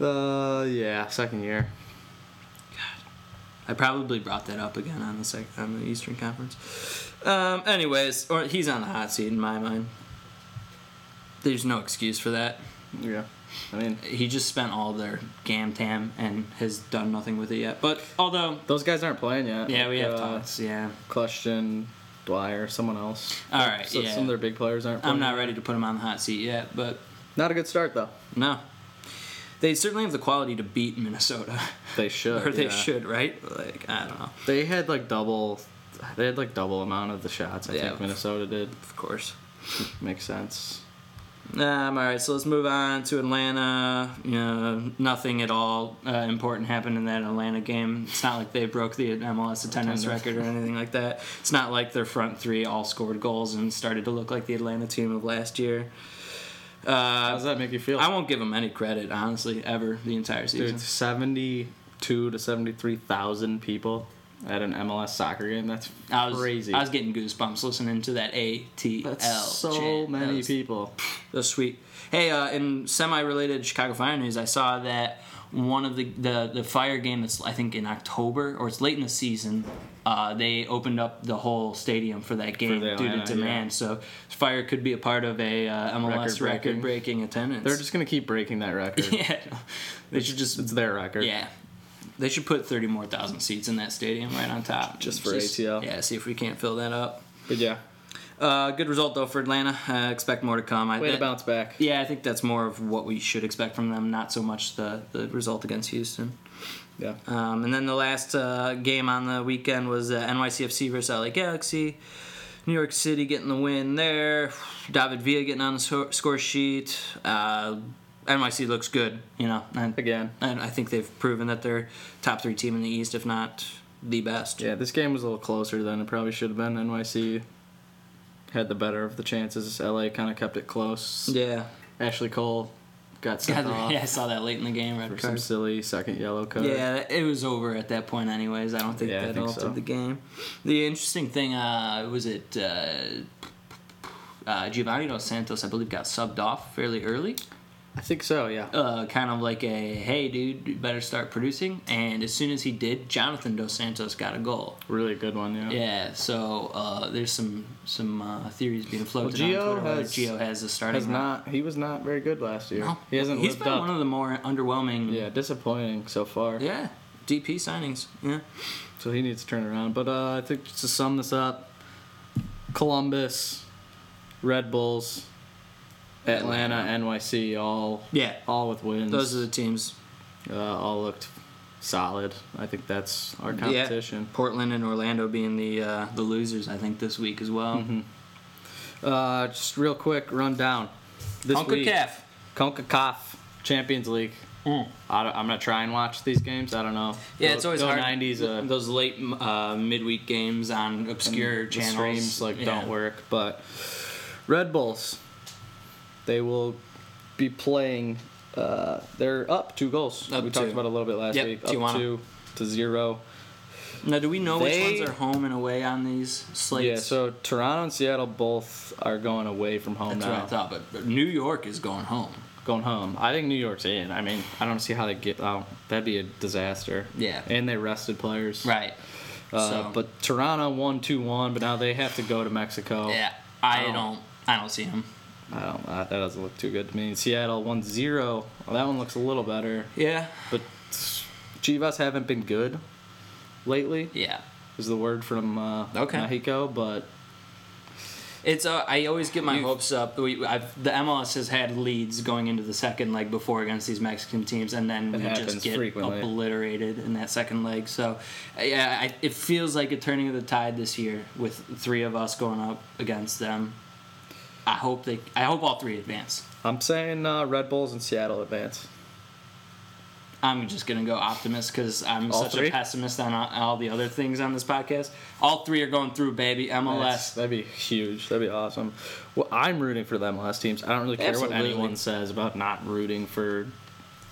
S1: Uh, yeah, second year.
S2: I probably brought that up again on the sec- on the Eastern Conference. Um, anyways, or he's on the hot seat in my mind. There's no excuse for that.
S1: Yeah. I mean,
S2: He just spent all their gam tam and has done nothing with it yet. But although,
S1: those guys aren't playing yet.
S2: yeah, we have
S1: Uh,
S2: thoughts. Yeah,
S1: Clutchton, Dwyer, someone else.
S2: All right,
S1: So
S2: yeah.
S1: Some of their big players aren't. Playing.
S2: I'm not ready to put him on the hot seat yet, but
S1: Not a good start though.
S2: no, they certainly have the quality to beat Minnesota, *laughs*
S1: They should. *laughs*
S2: or they
S1: yeah.
S2: should, right? Like I don't know.
S1: They had like double. They had like double amount of the shots. I
S2: Yeah.
S1: think Minnesota did.
S2: Of course.
S1: Makes sense.
S2: Um, all right, so let's move on to Atlanta. You know, nothing at all uh, important happened in that Atlanta game. It's not like they broke the MLS attendance record or anything like that. It's not like their front three all scored goals and started to look like the Atlanta team of last year.
S1: How does
S2: Uh,
S1: that make you feel?
S2: I won't give them any credit, honestly, ever the entire season.
S1: Dude, seventy-two to seventy-three thousand people at an MLS soccer game. That's
S2: I was
S1: crazy.
S2: I was getting goosebumps listening to that ATL.
S1: That's so
S2: chant. That
S1: many
S2: was- *laughs*
S1: people.
S2: That's sweet. Hey, uh, in semi-related Chicago Fire news, I saw that one of the the, the fire game that's I think in October or it's late in the season. Uh, they opened up the whole stadium for that game
S1: the
S2: due to
S1: Atlanta,
S2: demand. So fire could be a part of a uh, MLS
S1: Record-breaking.
S2: record-breaking attendance.
S1: They're just gonna keep breaking that record.
S2: *laughs* yeah, they should just
S1: It's their record.
S2: yeah. They should put 30 more thousand seats in that stadium right on top.
S1: Just for ATL.
S2: Yeah, see if we can't fill that up.
S1: But yeah,
S2: Uh, good result, though, for Atlanta. Uh, expect more to come. I,
S1: way to
S2: that-
S1: bounce back.
S2: yeah, I think that's more of what we should expect from them, not so much the, the result against Houston.
S1: Yeah.
S2: Um, and then the last uh, game on the weekend was uh, NYCFC versus LA Galaxy. New York City getting the win there. David Villa getting on the score, score sheet. Uh, NYC looks good, you know. And,
S1: Again.
S2: And I think they've proven that they're top three team in the East, if not the best.
S1: Yeah, this game was a little closer than it probably should have been. NYC had the better of the chances. LA kind of kept it close.
S2: Yeah.
S1: Ashley Cole got sent off
S2: *laughs* yeah, I saw that late in the game. Red
S1: for some
S2: card.
S1: silly second yellow card.
S2: Yeah, it was over at that point, anyways. I don't think
S1: Yeah, I
S2: that
S1: think
S2: altered
S1: so.
S2: the game. The interesting thing uh, was it uh, uh, Giovanni Dos Santos, I believe, got subbed off fairly early,
S1: I think so. Yeah.
S2: uh, kind of like a hey, dude, you better start producing. And as soon as he did, Jonathan Dos Santos got a goal.
S1: Really good one. Yeah.
S2: Yeah, so uh, there's some some uh, theories being floated
S1: Gio
S2: on Twitter whether
S1: has-
S2: Gio has the starting.
S1: Has
S2: or
S1: not. He was not very good last year.
S2: No.
S1: He hasn't
S2: He's
S1: lived
S2: been
S1: up.
S2: one of the more underwhelming.
S1: yeah, disappointing so far.
S2: Yeah. DP signings. Yeah.
S1: So he needs to turn around. But uh, I think just to sum this up, Columbus, Red Bulls, Atlanta, NYC, all
S2: Yeah.
S1: all with wins.
S2: Those are the teams.
S1: uh, all looked solid. I think that's our competition.
S2: Yeah, Portland and Orlando being the uh, the losers, I think, this week as well.
S1: Mm-hmm. Uh, just real quick rundown. This week, CONCACAF Champions League. I don't- I'm gonna try and watch these games. I don't know.
S2: Yeah,
S1: Go-
S2: it's always
S1: go
S2: hard.
S1: 90s. Uh,
S2: Those late uh, midweek games on obscure
S1: the
S2: channels.
S1: streams like
S2: Yeah.
S1: don't work. But Red Bulls, they will be playing. Uh, they're up two goals.
S2: Up
S1: we talked
S2: two.
S1: about it a little bit last
S2: Yep,
S1: week.
S2: Tijuana.
S1: Up two to zero.
S2: Now, do we know
S1: They-
S2: which ones are home and away on these slates?
S1: Yeah. So Toronto and Seattle both are going away from home
S2: that's
S1: now.
S2: what I thought. But, but New York is going home.
S1: going home. I think New York's in. I mean, I don't see how they get out. That'd be a disaster.
S2: Yeah.
S1: And they rested players.
S2: Right.
S1: Uh,
S2: so,
S1: But Toronto won 2 1, but now they have to go to Mexico.
S2: yeah, I
S1: Oh.
S2: don't. I don't see him.
S1: I don't, uh, that doesn't look too good to me. Seattle 1 0. Well, that one looks a little better.
S2: Yeah.
S1: But Chivas haven't been good lately.
S2: Yeah.
S1: is the word from uh,
S2: Okay.
S1: Mexico, but
S2: It's uh, I always get my
S1: You-
S2: hopes up. We, I've, the MLS has had leads going into the second leg before against these Mexican teams, and then
S1: It
S2: we
S1: happens
S2: just get
S1: frequently.
S2: obliterated in that second leg. So, yeah, I, it feels like a turning of the tide this year with three of us going up against them. I hope they. I hope all three advance.
S1: I'm saying uh, Red Bulls and Seattle advance.
S2: I'm just gonna go optimist because I'm
S1: All
S2: such
S1: three?
S2: a pessimist on all, all the other things on this podcast. All three are going through, baby. MLS.
S1: that'd be huge. That'd be awesome. Well, I'm rooting for the MLS teams. I don't really care what
S2: Absolutely.
S1: anyone says about not rooting for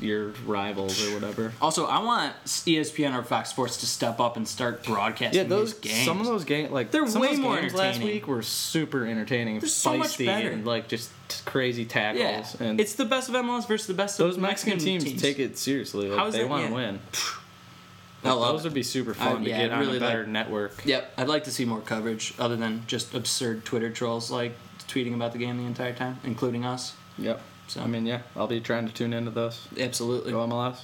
S1: your rivals or whatever.
S2: Also, I want E ESPN or Fox Sports to step up and start broadcasting
S1: Yeah, those
S2: these games.
S1: some of those games like
S2: They're
S1: some
S2: way
S1: of those
S2: more
S1: games last
S2: entertaining.
S1: week were super entertaining, and
S2: They're so much
S1: feisty,
S2: better.
S1: and like just t- crazy tackles.
S2: yeah,
S1: And
S2: it's the best of MLS versus the best
S1: those
S2: of
S1: Mexican, teams, take it seriously. Like,
S2: How is
S1: they
S2: that-
S1: want to
S2: yeah.
S1: win.
S2: I love
S1: those
S2: it.
S1: would be super
S2: I-
S1: fun to
S2: yeah,
S1: get
S2: I'd
S1: on
S2: really
S1: a
S2: like-
S1: better network.
S2: uh, Yep, I'd like to see more coverage other than just absurd Twitter trolls like tweeting about the game the entire time, including us.
S1: Yep.
S2: So
S1: I mean, yeah, I'll be trying to tune into those.
S2: absolutely.
S1: Go MLS.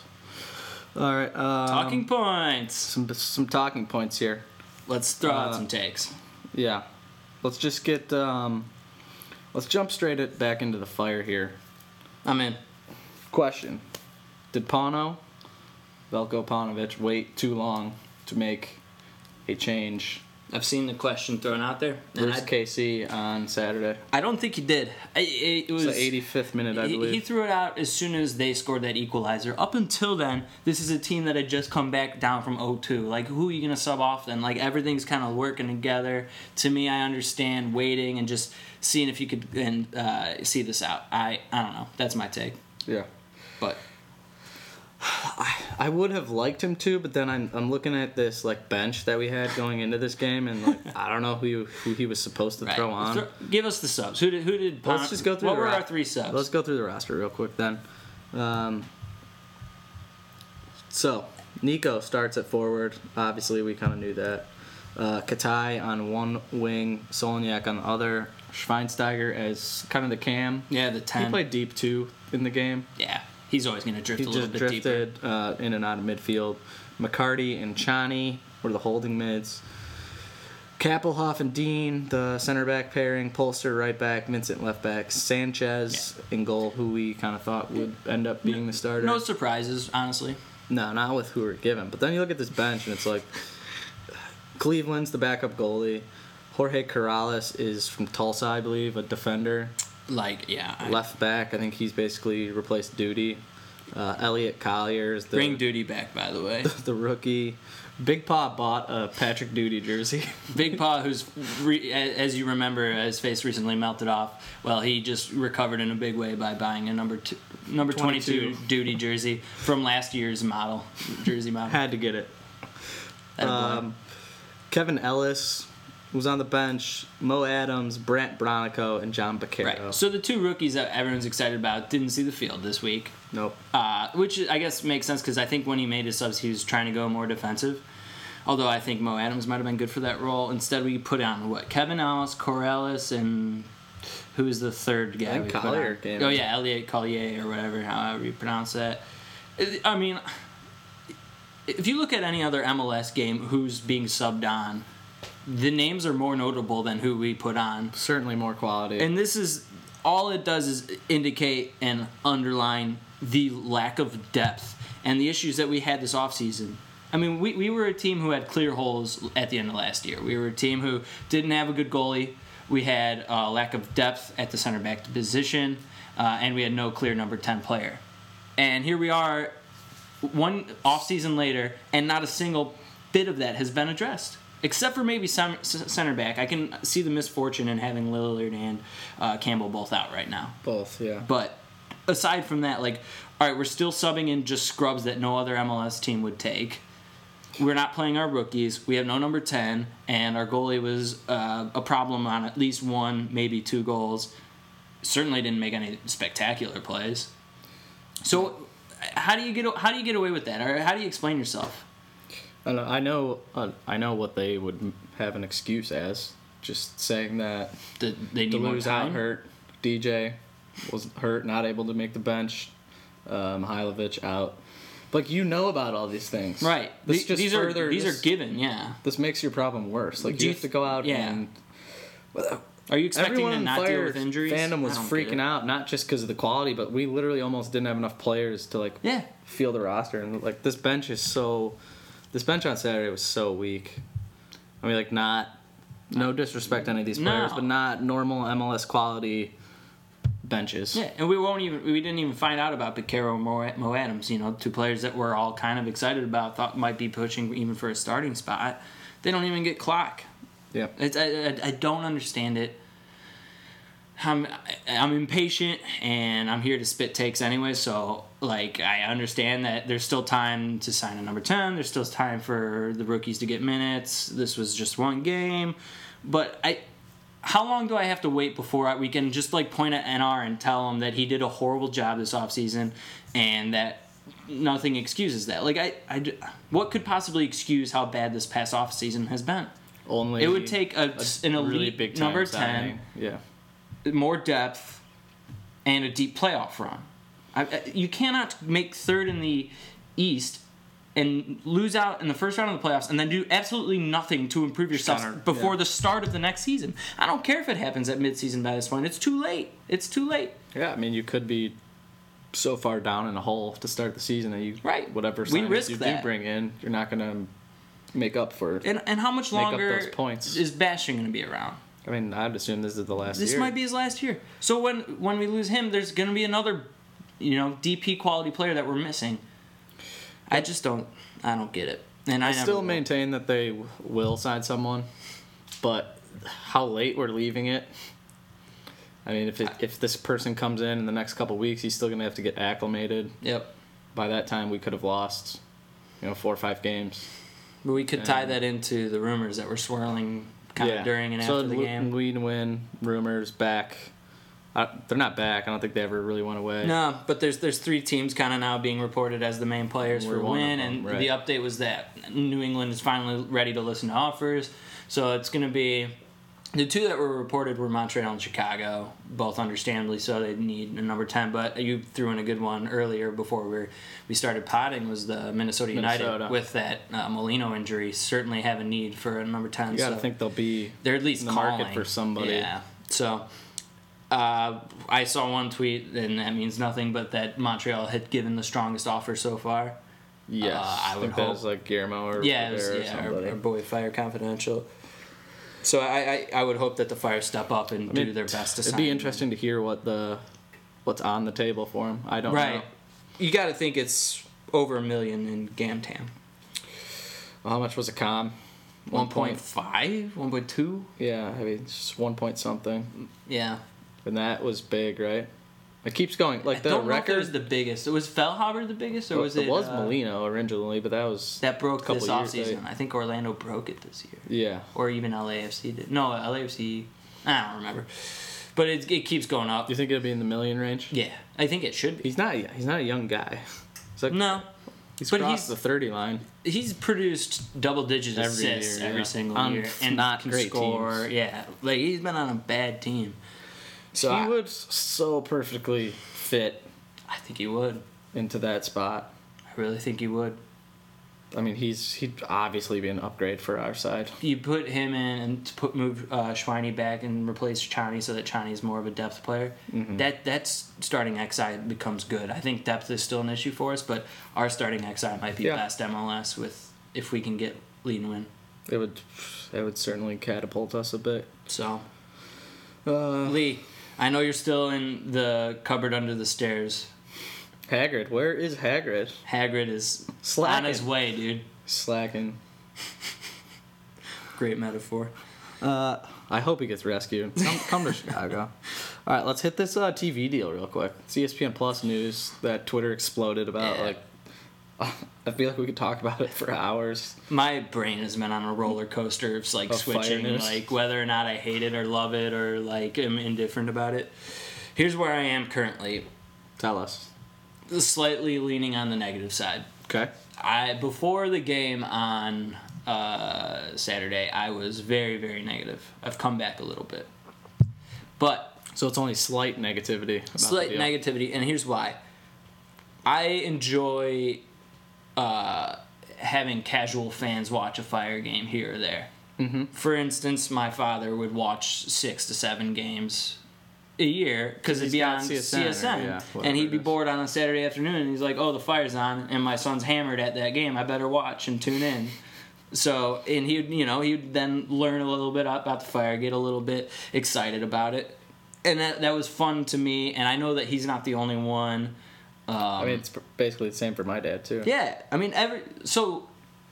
S1: All right. Um,
S2: Talking points.
S1: some some talking points here.
S2: Let's throw out
S1: uh,
S2: some takes.
S1: Yeah. Let's just get um, let's jump straight at, back into the fire here.
S2: I'm in.
S1: Question: Did Pano, Velko Panovich, wait too long to make a change
S2: I've seen the question thrown out there, and
S1: versus
S2: I,
S1: KC on Saturday?
S2: I don't think he did. I, it, it
S1: It
S2: was
S1: was the 85th minute, I
S2: he,
S1: believe.
S2: he threw it out as soon as they scored that equalizer. Up until then, this is a team that had just come back down from 0-2. Like, who are you going to sub off then? Like, everything's kind of working together. To me, I understand waiting and just seeing if you could and uh, see this out. I I don't know. That's my take.
S1: yeah.
S2: But
S1: *sighs* I would have liked him to, but then I'm, I'm looking at this like bench that we had going into this game, and
S2: *laughs*
S1: like I don't know who you, who he was supposed to
S2: right.
S1: throw on.
S2: Throw- give us the subs. Who did who did?
S1: Let's just go through.
S2: What
S1: the
S2: were
S1: ro-
S2: our three subs?
S1: Let's go through the roster real quick then. Um, so Nico starts at forward. Obviously, we kind of knew that. Uh, Katai on one wing, Solniak on the other. Schweinsteiger as kind of the cam.
S2: yeah, the
S1: He
S2: ten.
S1: played deep too in the game.
S2: yeah, he's always going to drift
S1: He
S2: a little
S1: just
S2: bit deeper.
S1: drifted uh, in and out of midfield. McCarty and Chani were the holding mids. Kappelhoff and Dean, the center back pairing. Polster right back, Vincent left back. Sanchez in goal, who we kind of thought would end up being the starter.
S2: No
S1: No,
S2: surprises, honestly.
S1: not with who we're given. But then you look at this bench and it's like Cleveland's the backup goalie. Jorge Corrales is from Tulsa, I believe, a defender
S2: Like, yeah. I-
S1: left back. I think he's basically replaced Duty. Uh, Elliot Collier is the
S2: Bring duty back, by the way.
S1: the rookie. Big Pa bought a Patrick Duty jersey. *laughs*
S2: Big Paw, who's re- a- as you remember, his face recently melted off. Well, he just recovered in a big way by buying a number two, number twenty two
S1: 22.
S2: duty jersey from last year's model jersey
S1: *laughs*
S2: model.
S1: Had to get it.
S2: That boy.
S1: Um, Kevin Ellis was on the bench. Mo Adams, Brant Bronico, and John Baccaro.
S2: right. So the two rookies that everyone's excited about didn't see the field this week,
S1: nope.
S2: uh, which I guess makes sense because I think when he made his subs, he was trying to go more defensive. Although I think Mo Adams might have been good for that role. Instead, we put on what Kevin Ellis, Corrales, and who is the third guy?
S1: think
S2: we put
S1: Collier
S2: on?
S1: came
S2: Oh
S1: in.
S2: yeah, Elliot Collier or whatever, however you pronounce that. I- I mean, if you look at any other MLS game, who's being subbed on? The names are more notable than who we put on.
S1: Certainly more quality.
S2: And this is all it does is indicate and underline the lack of depth and the issues that we had this offseason. I mean, we, we were a team who had clear holes at the end of last year. We were a team who didn't have a good goalie. We had a lack of depth at the center back position, uh, and we had no clear number 10 player. And here we are, one offseason later, and not a single bit of that has been addressed. Except for maybe some c- center back. I can see the misfortune in having Lillard and uh, Campbell both out right now.
S1: Both, yeah.
S2: But aside from that, like, all right, we're still subbing in just scrubs that no other MLS team would take. We're not playing our rookies. We have no number 10, and our goalie was uh, a problem on at least one, maybe two goals. Certainly didn't make any spectacular plays. So, how do you get how do you get away with that, or how do you explain yourself?
S1: I know. I know, uh, I know what they would m- have an excuse as. Just saying that
S2: Did they need more
S1: Deleuze out
S2: time?
S1: hurt. DJ was hurt, not able to make the bench. Uh, Mihailovic out. Like you know about all these things,
S2: Right.
S1: This
S2: The-
S1: just
S2: these
S1: further,
S2: are these
S1: this,
S2: are given. Yeah.
S1: This makes your problem worse. Like
S2: Do
S1: you
S2: you
S1: have to go out
S2: yeah.
S1: and
S2: Are you expecting
S1: everyone
S2: to
S1: in
S2: not deal
S1: fire
S2: with injuries?
S1: fandom
S2: I
S1: was
S2: don't get
S1: freaking
S2: it.
S1: out, not just because of the quality, but we literally almost didn't have enough players to like
S2: Yeah.
S1: field the roster. And like this bench is so, this bench on Saturday was so weak. I mean, like not, no disrespect to any of these
S2: No.
S1: players, but not normal MLS quality benches.
S2: Yeah, and we won't even we didn't even find out about Picaro and Mo, Mo Adams. You know, two players that we're all kind of excited about, thought might be pushing even for a starting spot. They don't even get clock.
S1: Yeah.
S2: It's, I, I, I don't understand it. I'm I'm impatient and I'm here to spit takes anyway. So like I understand that there's still time to sign a number ten. There's still time for the rookies to get minutes. This was just one game, but I. How long do I have to wait before I, we can just like point at NR and tell him that he did a horrible job this offseason and that nothing excuses that? Like I, I d- what could possibly excuse how bad this past offseason has been?
S1: Only
S2: It would take a, an elite
S1: time
S2: number
S1: signing. Yeah.
S2: ten, more depth, and a deep playoff run. I, I, you cannot make third in the East and lose out in the first round of the playoffs, and then do absolutely nothing to improve yourself
S1: Counter,
S2: before
S1: yeah.
S2: the start of the next season. I don't care if it happens at midseason by this point; it's too late. It's too late.
S1: Yeah, I mean, you could be so far down in a hole to start the season that you
S2: Right.
S1: whatever
S2: We
S1: signings
S2: risk
S1: you do
S2: that.
S1: bring in, you're not gonna make up for.
S2: And and how much
S1: Make up
S2: longer
S1: those points.
S2: is Bashing going to be around?
S1: I mean, I'd assume this is the last
S2: This
S1: year.
S2: might be his last year. So when when we lose him, there's going to be another, you know, DP quality player that we're missing. I just don't. I don't get it. And
S1: I
S2: I, never
S1: still
S2: will.
S1: maintain that they w- will sign someone, but how late we're leaving it. I mean, if it, if this person comes in in the next couple weeks, he's still gonna have to get acclimated.
S2: Yep.
S1: By that time, we could have lost, you know, four or five games.
S2: But we could tie
S1: And-
S2: that into the rumors that were swirling kind of during and
S1: so
S2: after the
S1: Lu-
S2: game.
S1: Win win rumors back. I, they're not back. I don't think they ever really went away.
S2: No, but there's there's three teams kind of now being reported as the main players
S1: We're
S2: for
S1: one of
S2: Win,
S1: them,
S2: and
S1: right.
S2: the update was that New England is finally ready to listen to offers. So it's going to be the two that were reported were Montreal and Chicago, both understandably so. They need a number ten, but you threw in a good one earlier before we were, we started potting was the Minnesota United
S1: Minnesota.
S2: with that uh, Molino injury. Certainly have a need for a number ten.
S1: You got to
S2: so-
S1: think they'll be.
S2: they're at least
S1: in the
S2: calling.
S1: market for somebody.
S2: Yeah. So, uh, I saw one tweet, and that means nothing, but that Montreal had given the strongest offer so far.
S1: Yes,
S2: Uh, I
S1: I,
S2: would
S1: think that
S2: hope.
S1: was like Guillermo or
S2: yeah, it was-
S1: Rivera or
S2: yeah, our,
S1: somebody.
S2: our boy Fire Confidential. So I, I, I would hope that the Fire step up and
S1: I mean,
S2: do their best to
S1: It'd
S2: sign
S1: be
S2: him.
S1: interesting to hear what the what's on the table for him. I don't
S2: Right.
S1: know.
S2: You got to think it's over a million in Gamtam.
S1: Well, how much was a com?
S2: 1.5? 1.2?
S1: Yeah, I mean, it's just one point something,
S2: Yeah.
S1: and that was big, right? It keeps going. Like
S2: I
S1: the
S2: don't know if it
S1: record
S2: was the biggest. Was Fellhaber the biggest, or was it,
S1: was
S2: uh,
S1: Molino originally, but that was
S2: that broke
S1: couple
S2: this
S1: years,
S2: offseason?
S1: right?
S2: I think Orlando broke it this year.
S1: yeah.
S2: or even LAFC did. No, LAFC. I don't remember, but it it keeps going up.
S1: Do you think it'll be in the million range?
S2: Yeah, I think it should be.
S1: He's not. He's not a young guy. He's like
S2: No,
S1: he's
S2: but
S1: crossed
S2: he's-
S1: the thirty line.
S2: he's produced double digit
S1: Every
S2: assists
S1: year,
S2: every
S1: yeah.
S2: single
S1: On
S2: year
S1: f-
S2: and
S1: not
S2: can
S1: great
S2: score.
S1: teams.
S2: Yeah, like he's been on a bad team. So
S1: he
S2: I,
S1: would so perfectly fit
S2: I think he would.
S1: into that spot.
S2: I really think he would.
S1: I mean, he's he'd obviously be an upgrade for our side.
S2: You put him in and to put move uh, Schweiny back and replace Chani so that Chani is more of a depth player.
S1: Mm-hmm.
S2: That that's starting XI becomes good. I think depth is still an issue for us, but our starting XI might be
S1: Yeah.
S2: best MLS with if we can get lead and win.
S1: It would it would certainly catapult us a bit.
S2: So
S1: Uh,
S2: Lee, I know you're still in the cupboard under the stairs.
S1: Hagrid, where is Hagrid?
S2: Hagrid is on his
S1: Slacking.
S2: way, dude.
S1: Slacking.
S2: Great metaphor.
S1: Uh, I hope he gets rescued. Come, come to *laughs* Chicago. All right, let's hit this uh, TV deal real quick. It's ESPN Plus news that Twitter exploded about.
S2: Yeah.
S1: Like, *laughs* I feel like we could talk about it for hours.
S2: My brain has been on a roller coaster of like
S1: Of fire
S2: switching,
S1: news.
S2: like whether or not I hate it or love it or like am indifferent about it. Here's where I am currently,
S1: Tell us.
S2: slightly leaning on the negative side.
S1: Okay.
S2: I before the game on uh, Saturday, I was very very negative. I've come back a little bit, but
S1: So it's only slight negativity. About the
S2: slight
S1: deal.
S2: negativity, and here's why. I enjoy uh, having casual fans watch a fire game here or there.
S1: Mm-hmm.
S2: For instance, my father would watch six to seven games a year because it'd
S1: he's
S2: be
S1: got
S2: on
S1: CSN
S2: CSN,
S1: or- yeah, whatever
S2: and he'd be
S1: it is.
S2: bored on a Saturday afternoon, and he's like, "Oh, the fire's on, and my son's hammered at that game. I better watch and tune in." So, and he'd you know he'd then learn a little bit about the fire, get a little bit excited about it, and that that was fun to me. And I know that he's not the only one.
S1: I mean, it's pr- basically the same for my dad too.
S2: Yeah, I mean every so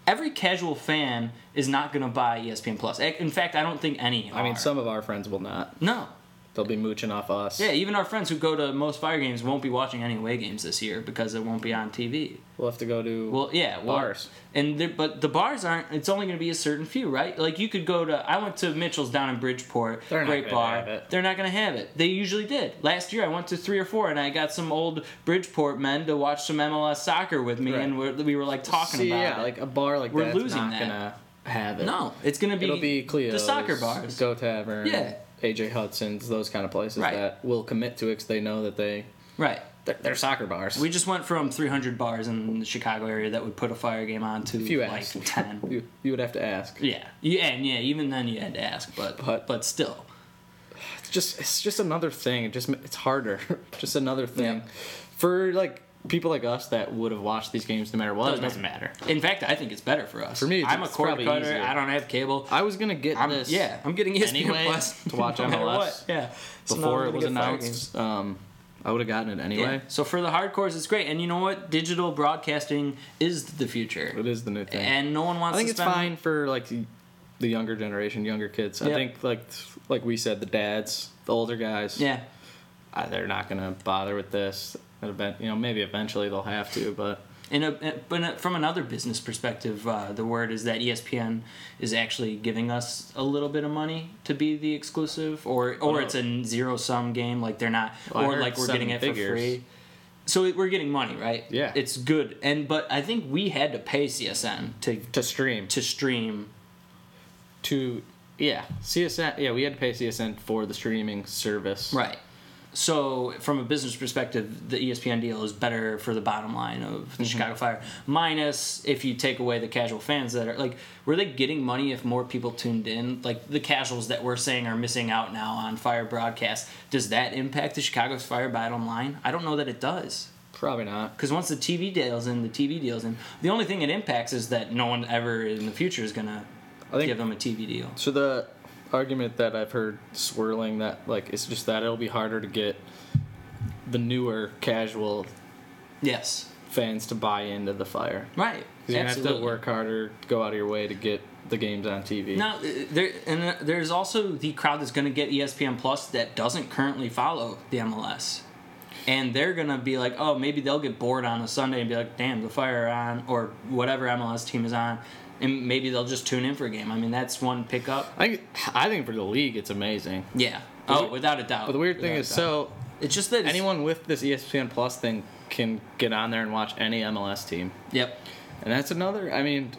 S2: every casual fan is not going to buy E ESPN Plus. Ac- In fact, I don't think any.
S1: I mean,
S2: are.
S1: some of our friends will not.
S2: No.
S1: They'll be mooching off us.
S2: Yeah, even our friends who go to most fire games won't be watching any away games this year because it won't be on TV.
S1: We'll have to go to.
S2: Well, yeah, well,
S1: Bars.
S2: and there, but the bars aren't. It's only going to be a certain few, right? Like you could go to. I went to Mitchell's down in Bridgeport.
S1: They're not
S2: great
S1: gonna
S2: bar.
S1: have it.
S2: They're not going to have it. They usually did. Last year, I went to three or four, and I got some old Bridgeport men to watch some MLS soccer with me,
S1: Right.
S2: and we're, we were like talking
S1: See,
S2: about
S1: yeah,
S2: it.
S1: like a bar like
S2: We're
S1: that's
S2: losing
S1: not
S2: that.
S1: gonna have it.
S2: No, it's gonna be
S1: It'll be Cleo's,
S2: the soccer bars.
S1: Go Tavern,
S2: Yeah.
S1: AJ Hudson's, those kind of places
S2: Right.
S1: that will commit to it because they know that they
S2: Right.
S1: they're, they're soccer bars.
S2: We just went from 300 bars in the Chicago area that would put a fire game on to
S1: if you
S2: like
S1: asked,
S2: 10.
S1: *laughs* you, you would have to ask.
S2: yeah. Yeah, and yeah, even then you had to ask, but
S1: But-
S2: but, still.
S1: It's just it's just another thing. It just it's harder. *laughs* just another thing
S2: Yeah.
S1: for like people like us that would have watched these games no matter what.
S2: Doesn't
S1: it doesn't matter.
S2: In fact, I think it's better for us. For
S1: me, it's-
S2: I'm a
S1: it's
S2: cord
S1: probably
S2: cutter.
S1: easier.
S2: I don't have cable.
S1: I was gonna get
S2: I'm,
S1: this.
S2: yeah, I'm getting ESPN
S1: anyway
S2: Plus
S1: to watch
S2: *laughs* no matter
S1: MLS
S2: what. Yeah. So now
S1: before it
S2: I'm gonna
S1: was
S2: get Fire Games.
S1: announced. Um, I would have gotten it
S2: Yeah.
S1: anyway.
S2: So for the hardcores, it's great. And you know what? Digital broadcasting is the future.
S1: It is the new thing.
S2: And no one wants
S1: I think
S2: to
S1: it's
S2: spend
S1: fine for like the the younger generation, younger kids. I
S2: Yeah.
S1: think like like we said, the dads, the older guys,
S2: Yeah.
S1: uh, they're not gonna bother with this. And event, you know, maybe eventually they'll have to, but
S2: In a, uh, but in a- from another business perspective, uh, the word is that ESPN is actually giving us a little bit of money to be the exclusive, or or
S1: no.
S2: it's a zero sum game, like they're not,
S1: Well, I
S2: or
S1: heard
S2: like we're
S1: seven
S2: getting it
S1: figures.
S2: for free. So it, we're getting money, right?
S1: Yeah.
S2: it's good. And but I think we had to pay CSN to
S1: to stream
S2: to stream.
S1: to yeah CSN yeah we had to pay CSN for the streaming service
S2: Right. So from a business perspective, the E ESPN deal is better for the bottom line of
S1: Mm-hmm.
S2: the Chicago Fire. Minus if you take away the casual fans that are like, were they getting money if more people tuned in? Like the casuals that we're saying are missing out now on Fire broadcast. Does that impact the Chicago Fire bottom line? I don't know that it does.
S1: probably not
S2: Because once the TV deal's in, the TV deal's in. The only thing it impacts is that no one ever in the future is gonna
S1: I think-
S2: give them a TV deal.
S1: so the argument that I've heard swirling that like it's just that it'll be harder to get the newer casual
S2: Yes.
S1: fans to buy into the fire
S2: Right.
S1: Because you have to
S2: Absolutely.
S1: work harder, go out of your way to get the games on TV.
S2: Now, uh, there and uh, there's also the crowd that's going to get E ESPN Plus that doesn't currently follow the MLS, and they're going to be like, oh, maybe they'll get bored on a Sunday and be like, damn, the Fire are on or whatever MLS team is on, and maybe they'll just tune in for a game. I mean, that's one pickup.
S1: I think, I think for the league, it's amazing.
S2: Yeah.
S1: The
S2: Oh,
S1: weird-
S2: without a doubt.
S1: But the weird thing
S2: Without
S1: is,
S2: a doubt.
S1: so
S2: it's just that it's-
S1: anyone with this E ESPN Plus thing can get on there and watch any MLS team,
S2: Yep.
S1: and that's another. I mean,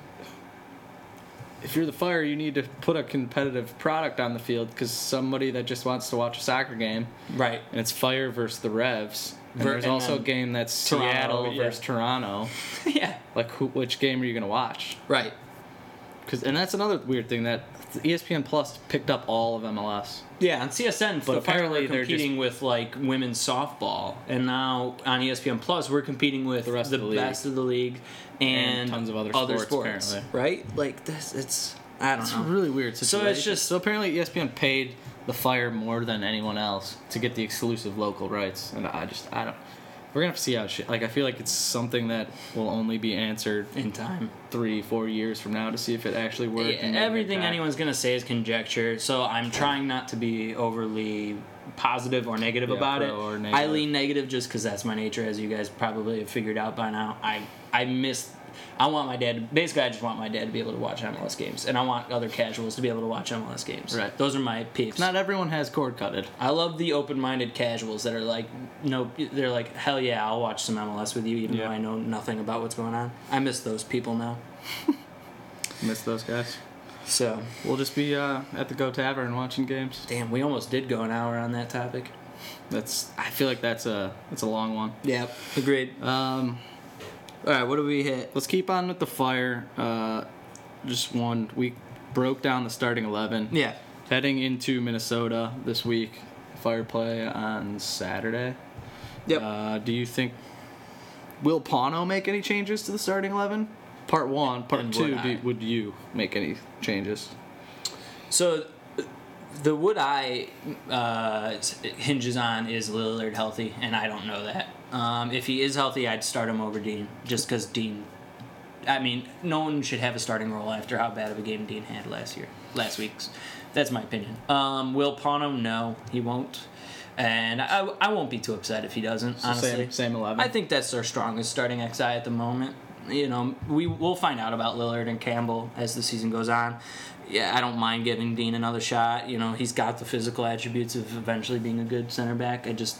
S1: if you're the Fire, you need to put a competitive product on the field because somebody that just wants to watch a soccer game *laughs*
S2: Right.
S1: and it's Fire versus the Revs. And
S2: Ver-
S1: there's
S2: and
S1: also a
S2: then
S1: game that's
S2: Toronto,
S1: Seattle
S2: yeah.
S1: versus Toronto.
S2: yeah.
S1: Like, who, which game are you gonna watch?
S2: Right.
S1: Cause, and that's another weird thing that E ESPN Plus picked up all of MLS.
S2: Yeah, on CSN,
S1: But
S2: the Fire
S1: apparently
S2: were
S1: they're just-
S2: competing with like women's softball, and now on E ESPN Plus, we're competing with the,
S1: rest of the league.
S2: best of the league and,
S1: And tons of other sports, apparently.
S2: right? Like this, it's I don't
S1: It's a
S2: know.
S1: really weird situation.
S2: Uh-huh. it's just-
S1: so apparently E ESPN paid the Fire more than anyone else to get the exclusive local rights, and I just I don't. We're gonna have to see how shit. Like I feel like it's something that will only be answered
S2: in time,
S1: three, four years from now to see if it actually worked.
S2: Yeah,
S1: and made an
S2: everything
S1: impact.
S2: anyone's gonna say is conjecture, so I'm trying not to be overly positive or negative
S1: Yeah,
S2: about it.
S1: pro or
S2: I
S1: negative.
S2: lean negative just because that's my nature, as you guys probably have figured out by now. I I miss. I want my dad. Basically, I just want my dad to be able to watch MLS games, and I want other casuals to be able to watch MLS games.
S1: Right.
S2: Those are my peeps.
S1: Not everyone has cord cutted.
S2: I love the open-minded casuals that are like, no, they're like, hell yeah, I'll watch some MLS with you, even
S1: Yeah.
S2: though I know nothing about what's going on. I miss those people now.
S1: Miss those guys.
S2: So,
S1: We'll just be uh, at the Go Tavern watching games.
S2: damn, we almost did go an hour on that topic.
S1: That's I feel like that's a that's a long one.
S2: Yeah, agreed.
S1: Um,
S2: All right, what do we hit?
S1: Let's keep on with the fire. Uh, just one. We broke down the starting 11.
S2: Yeah.
S1: Heading into Minnesota this week. Fire play on Saturday.
S2: Yep.
S1: Uh, do you think will Pano make any changes to the starting eleven? Part one, part
S2: And
S1: two.
S2: would I?
S1: do, would you make any changes?
S2: So, the would I uh, hinges on is Lillard healthy, and I don't know that. Um, if he is healthy, I'd start him over Dean, just because Dean. I mean, no one should have a starting role after how bad of a game Dean had last year, last week's. That's my opinion. Um, will Pono? No, he won't. And I, I won't be too upset if he doesn't.
S1: So
S2: honestly,
S1: same, same eleven.
S2: I think that's their strongest starting XI at the moment. You know, we we'll find out about Lillard and Campbell as the season goes on. Yeah, I don't mind giving Dean another shot. You know, he's got the physical attributes of eventually being a good center back. I just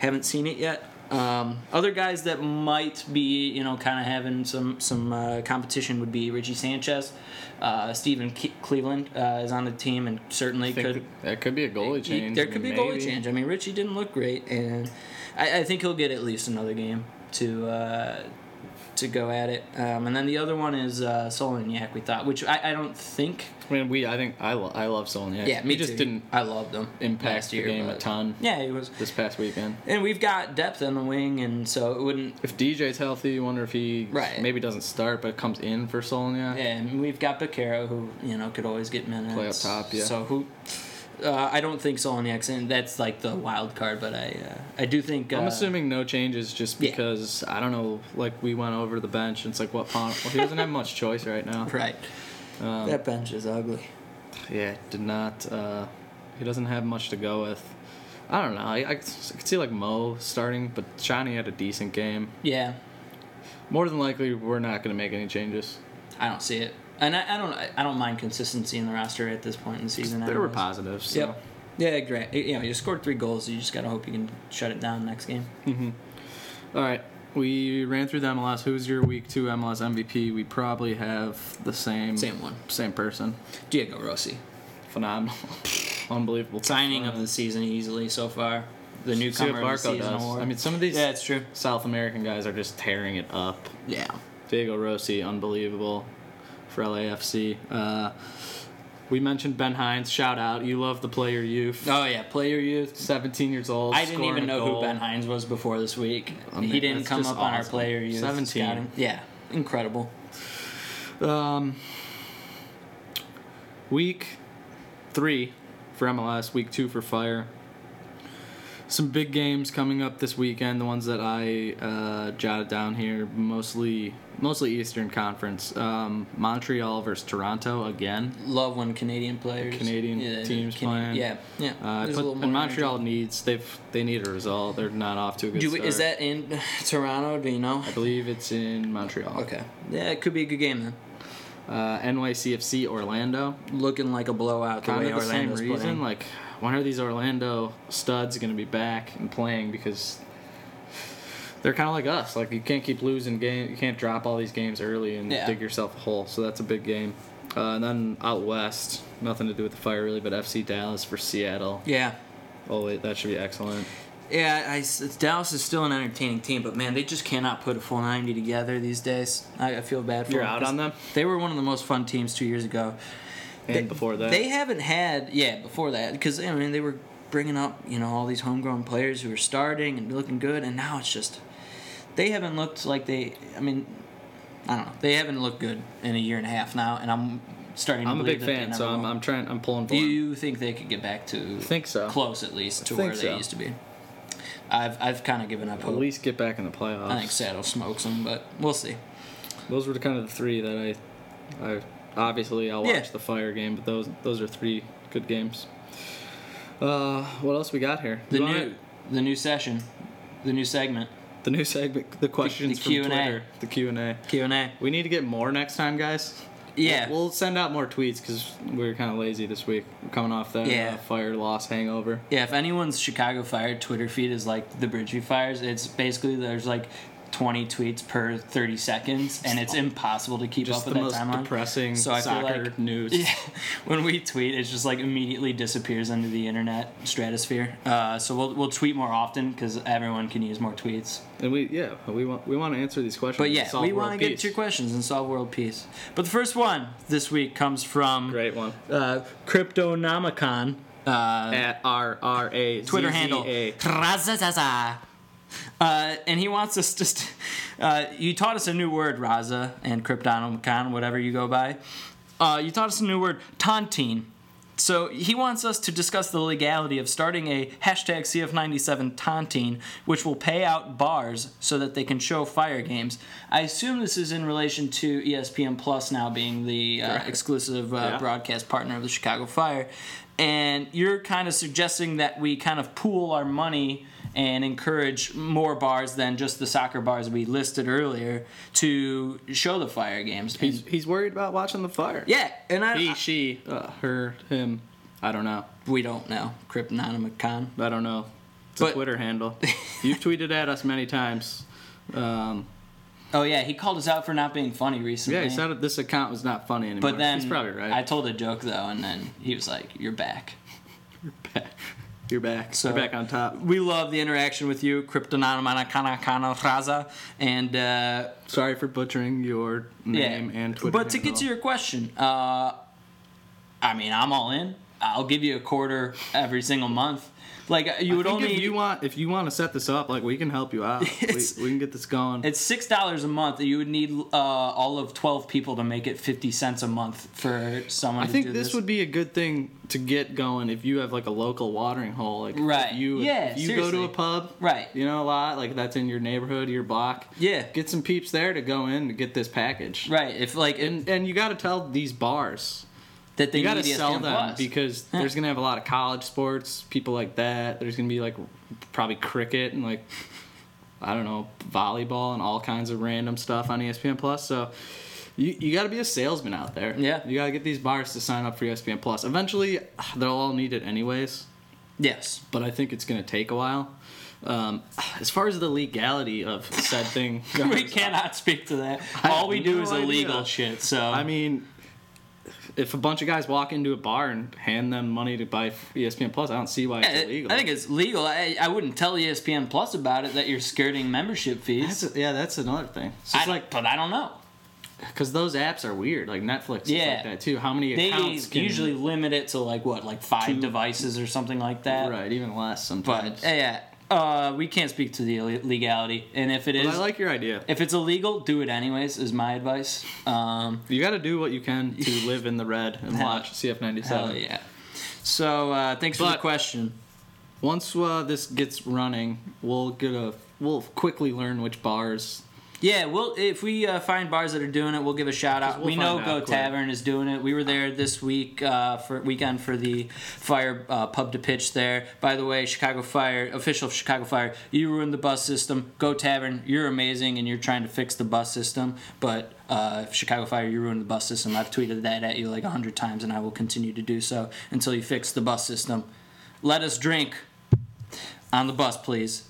S2: haven't seen it yet. Um, other guys that might be, you know, kind of having some some uh, competition would be Richie Sanchez, uh, Stephen Ke- Cleveland uh, is on the team and certainly
S1: Think
S2: could
S1: that could be a goalie
S2: he-
S1: change.
S2: There
S1: I
S2: could be
S1: mean,
S2: a goalie
S1: maybe.
S2: change. I mean, Richie didn't look great, and I, I think he'll get at least another game to uh, to go at it. Um, and then the other one is uh, Solonyak, we thought, which I, I don't think.
S1: I mean, we. I think I. Lo- I love Solniak.
S2: Yeah, me
S1: he just
S2: too.
S1: didn't
S2: I loved him
S1: impact
S2: last
S1: the
S2: year,
S1: game a
S2: but-
S1: ton
S2: Yeah, he was.
S1: this past weekend.
S2: And we've got depth on the wing, and so it wouldn't.
S1: If DJ's healthy, you wonder if he
S2: Right.
S1: maybe doesn't start but comes in for Solniak.
S2: Yeah, and we've got Baquero, who you know could always get minutes.
S1: Play up top, yeah.
S2: So who? Uh, I don't think Soloniak's in. That's like the wild card, but I uh, I do think. Uh,
S1: I'm assuming no changes just
S2: Yeah.
S1: because I don't know. Like we went over the bench, and it's like what Pon. Well, he doesn't have much choice right now.
S2: *laughs* Right.
S1: Um,
S2: that bench is ugly.
S1: Yeah, did not. Uh, he doesn't have much to go with. I don't know. I, I, s- I could see like Mo starting, but Shiny had a decent game.
S2: Yeah,
S1: More than likely, we're not going to make any changes.
S2: I don't see it, and I, I don't. I don't mind consistency in the roster at this point in the season.
S1: There were
S2: anyways.
S1: positives. So.
S2: Yep. Yeah, great. You know, you scored three goals. You just gotta hope you can shut it down next game.
S1: All right. We ran through the MLS. Who's your week two MLS MVP? We probably have the same
S2: Same one.
S1: same person.
S2: Diego Rossi, *laughs*
S1: Phenomenal, unbelievable.
S2: signing of the season easily so far. The
S1: See what
S2: newcomer of the
S1: Barco
S2: season
S1: does.
S2: award.
S1: I mean, some of these
S2: yeah, it's true.
S1: South American guys are just tearing it up.
S2: Yeah.
S1: Diego Rossi, unbelievable for LAFC. Uh, we mentioned Ben Hines. Shout out. You love the player youth.
S2: Oh yeah, player youth.
S1: 17 years old.
S2: I didn't
S1: scoring
S2: even
S1: a
S2: know
S1: goal.
S2: who Ben Hines was before this week.
S1: I mean,
S2: he didn't
S1: that's
S2: come
S1: just
S2: up on our
S1: awesome.
S2: player youth.
S1: 17.
S2: scouting. Yeah, incredible.
S1: Um, week three for MLS, week two for Fire. Some big games coming up this weekend. The ones that I uh, jotted down here, mostly mostly Eastern Conference. Um, Montreal versus Toronto again.
S2: Love when Canadian players,
S1: Canadian teams playing.
S2: Yeah, yeah.
S1: Uh,
S2: There's a
S1: put-
S2: little
S1: and
S2: more energy.
S1: Montreal needs they've they need a result. They're not off to a good
S2: Do we,
S1: start.
S2: is that in *laughs* Toronto? Do you know?
S1: uh, I believe it's in Montreal.
S2: Okay. Yeah, it could be a good game then.
S1: Uh, NYCFC Orlando.
S2: Looking like a blowout the
S1: Kind
S2: way
S1: of the same
S2: Orlando's
S1: reason.
S2: playing.
S1: Like, when are these Orlando studs going to be back and playing? Because they're kind of like us. Like you can't keep losing game. You can't drop all these games early and
S2: Yeah.
S1: dig yourself a hole. So that's a big game. Uh, and then out west, nothing to do with the fire really, but FC Dallas for Seattle.
S2: yeah.
S1: Oh wait, that should be excellent.
S2: Yeah, I, s- Dallas is still an entertaining team, but man, they just cannot put a full 90 together these days. I, I feel bad for
S1: You're
S2: them
S1: out
S2: 'cause
S1: on them?
S2: They were one of the most fun teams two years ago.
S1: And before that,
S2: They haven't had, yeah, before that, because, I mean, they were bringing up, you know, all these homegrown players who were starting and looking good, and now it's just, they haven't looked like they, I mean, I don't know. They haven't looked good in a year and a half now, and I'm starting to
S1: I'm a
S2: believe
S1: big
S2: that they
S1: fan,
S2: never
S1: so I'm,
S2: will.
S1: I'm trying. I'm pulling for
S2: Do
S1: 'em.
S2: you think they could get back to
S1: think so.
S2: close at least to
S1: I think
S2: where they
S1: so.
S2: used to be? I've I've kind of given up
S1: At
S2: hope.
S1: least get back in the playoffs.
S2: I think Seattle smokes them, but we'll see.
S1: Those were kind of the three that I, I obviously I'll watch
S2: Yeah.
S1: the fire game, but those those are three good games. Uh, what else we got here?
S2: The
S1: You
S2: new
S1: wanna-
S2: the new session, the new segment
S1: the new segment, the questions
S2: the
S1: from
S2: Q&A.
S1: Twitter, the Q and A.
S2: Q and A.
S1: We need to get more next time, guys.
S2: Yeah,
S1: we'll, we'll send out more tweets because we were kind of lazy this week. We're coming off that
S2: Yeah.
S1: uh, fire loss hangover.
S2: yeah. If anyone's Chicago Fire Twitter feed is like the Bridgeview Fires, it's basically there's like. 20 tweets per 30 seconds, and it's impossible to keep
S1: Just
S2: up
S1: the
S2: with that
S1: most
S2: timeline.
S1: depressing
S2: So I feel
S1: soccer
S2: like-
S1: news.
S2: *laughs* Yeah, when we tweet, it just like immediately disappears into the internet stratosphere. Uh, so we'll, we'll tweet more often because everyone can use more tweets.
S1: And we yeah we want we want to answer these questions.
S2: But
S1: and
S2: yeah,
S1: solve
S2: we
S1: world
S2: want to get
S1: peace.
S2: to your questions and solve world peace. But the first one this week comes from
S1: great one
S2: uh, Cryptonomicon. Uh,
S1: at R R A
S2: Twitter handle.
S1: eh.
S2: Razazaza. Uh, and he wants us to. St- uh, you taught us a new word, Raza, and Cryptonomicon, whatever you go by. Uh, you taught us a new word, tontine. So he wants us to discuss the legality of starting a hashtag CF97 tontine, which will pay out bars so that they can show fire games. I assume this is in relation to E ESPN Plus now being the uh,
S1: Correct.
S2: exclusive uh,
S1: Yeah.
S2: broadcast partner of the Chicago Fire. And you're kind of suggesting that we kind of pool our money and encourage more bars than just the soccer bars we listed earlier to show the fire games.
S1: He's
S2: And-
S1: he's worried about watching the fire.
S2: yeah, and I,
S1: He she uh, her him. I don't know.
S2: we don't know Cryptonomicon.
S1: I don't know. It's
S2: But-
S1: a Twitter *laughs* handle. You've tweeted at us many times. Um,
S2: Oh yeah, he called us out for not being funny recently.
S1: yeah, he said that this account was not funny anymore.
S2: But then
S1: he's probably
S2: I
S1: right.
S2: told a joke though, and then he was like, "You're back."
S1: *laughs* You're back.
S2: So-
S1: You're back on top.
S2: We love the interaction with you, Cryptonomicon Raza, and. Uh,
S1: Sorry for butchering your name and Twitter.
S2: But to get
S1: handle.
S2: to your question, uh, I mean, I'm all in. I'll give you a quarter every single month. Like uh, you
S1: I
S2: would
S1: think
S2: only.
S1: if you want if you want to set this up, like we can help you *laughs* out. we,
S2: It's-
S1: we can get this going.
S2: it's six dollars a month. You would need uh, all of twelve people to make it fifty cents a month for someone.
S1: I
S2: to
S1: think
S2: do
S1: this, would be a good thing to get going if you have like a local watering hole. Like if
S2: Right.
S1: you
S2: Yeah,
S1: if you go to
S2: seriously.
S1: a pub,
S2: Right.
S1: You know a lot like that's in your neighborhood, your block.
S2: Yeah.
S1: Get some peeps there to go in to get this package.
S2: right. If like
S1: And and you got to tell these bars
S2: that they
S1: you got to
S2: need
S1: sell
S2: ESPN
S1: them
S2: Plus.
S1: because
S2: Yeah.
S1: there's gonna have a lot of college sports, people like that. There's gonna be like probably cricket and like I don't know volleyball and all kinds of random stuff on E ESPN Plus. So you you got to be a salesman out there.
S2: Yeah.
S1: you got to get these bars to sign up for E ESPN Plus. Eventually, they'll all need it anyways
S2: yes, *laughs*
S1: but I think it's going to take a while. Um, as far as the legality of said thing, goes,
S2: *laughs* we cannot speak to that.
S1: I
S2: all
S1: have
S2: we do
S1: no
S2: is
S1: idea.
S2: illegal shit. So
S1: I mean, if a bunch of guys walk into a bar and hand them money to buy E ESPN Plus, I don't see why
S2: I
S1: it's illegal.
S2: I think it's legal. I, I wouldn't tell E ESPN Plus about it that you're skirting membership fees.
S1: That's yeah, that's another thing. It's
S2: I,
S1: just like
S2: but I don't know.
S1: because those apps are weird, like Netflix, is
S2: Yeah.
S1: like that too. How many
S2: They
S1: accounts can
S2: usually limit it to like what, like five devices or something like that.
S1: right, even less sometimes.
S2: But yeah, uh, we can't speak to the ille- legality, and if it is,
S1: But I like your idea.
S2: if it's illegal, do it anyways. Is my advice. Um,
S1: You got to do what you can
S2: *laughs*
S1: to live in the red and
S2: Hell-
S1: watch CF97.
S2: hell yeah. So uh, thanks for the
S1: But-
S2: question.
S1: Once uh, this gets running, we'll get a we'll quickly learn which bars
S2: Yeah, well, if we uh, find bars that are doing it, we'll give a shout out.
S1: we'll
S2: we know
S1: find
S2: Go
S1: out quick.
S2: Tavern is doing it. We were there this week uh, for weekend for the Fire uh, pub to pitch there. By the way, Chicago Fire official of Chicago Fire, you ruined the bus system. Go Tavern, you're amazing, and you're trying to fix the bus system. But uh, Chicago Fire, you ruined the bus system. I've tweeted that at you like a hundred times, and I will continue to do so until you fix the bus system. Let us drink on the bus, please.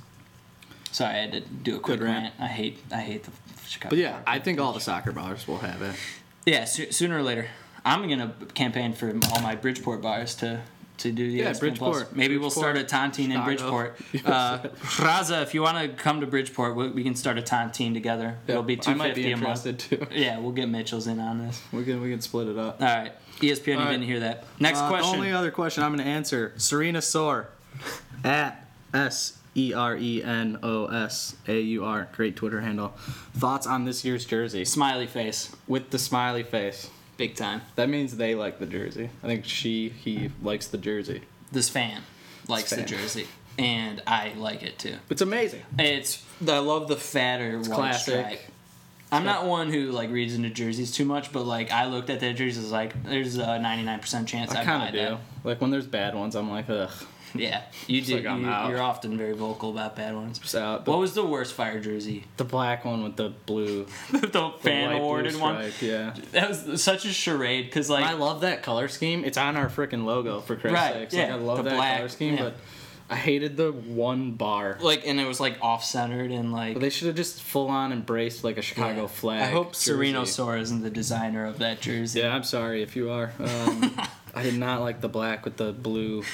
S2: Sorry, I had to do a quick
S1: Good rant.
S2: rant. I hate, I hate the Chicago.
S1: But yeah, I think all the soccer bars will have it.
S2: yeah. So, sooner or later, I'm gonna campaign for all my Bridgeport bars to to do the
S1: Yeah,
S2: ESPN+.
S1: Bridgeport.
S2: Maybe we'll start a
S1: Bridgeport,
S2: tontine in
S1: Chicago.
S2: Bridgeport.
S1: *laughs*
S2: Uh, Raza, if you want to come to Bridgeport, we, we can start a tontine together. It'll be
S1: I
S2: two
S1: might
S2: fifty
S1: be
S2: a month.
S1: interested too. *laughs*
S2: Yeah, we'll get Mitchell's in on this. E
S1: We can we can split it up.
S2: All right, ESPN,
S1: All
S2: you
S1: right.
S2: didn't hear that. Next
S1: Uh, the
S2: question.
S1: Only other question I'm going to answer: Serena Soar at S E R E N O S A U R. Great Twitter handle. Thoughts on this year's jersey
S2: Smiley face,
S1: with the smiley face?
S2: big time.
S1: That means they like the jersey. I think she he likes the jersey.
S2: This fan likes the
S1: fan.
S2: jersey, and I like it too.
S1: It's amazing.
S2: It's I love the fatter white
S1: classic.
S2: stripe. I'm not one who like reads into jerseys too much, but like I looked at that jersey, was like, there's a 99% chance I,
S1: I kind of
S2: kind
S1: do. Like when there's bad ones, I'm like ugh,
S2: That. *laughs* Yeah, you do.
S1: like I'm
S2: you,
S1: out.
S2: are often very vocal about bad ones.
S1: it's out. But
S2: What was the worst fire jersey? *laughs*
S1: the black one with the blue,
S2: the
S1: the
S2: fan
S1: light blue
S2: awarded one.
S1: stripe, Yeah.
S2: That was such a charade because like
S1: I love that color scheme. It's on our freaking logo for Christ's
S2: Right,
S1: sakes.
S2: yeah,
S1: Like, I love
S2: the
S1: that
S2: black,
S1: color scheme,
S2: yeah.
S1: but I hated the one bar.
S2: Like, and it was like off centered and like.
S1: But they should have just full on embraced like a Chicago
S2: Yeah.
S1: flag.
S2: I hope
S1: jersey.
S2: Sereno Sora isn't the designer of that jersey.
S1: Yeah, I'm sorry if you are. Um,
S2: *laughs*
S1: I did not like the black with the blue.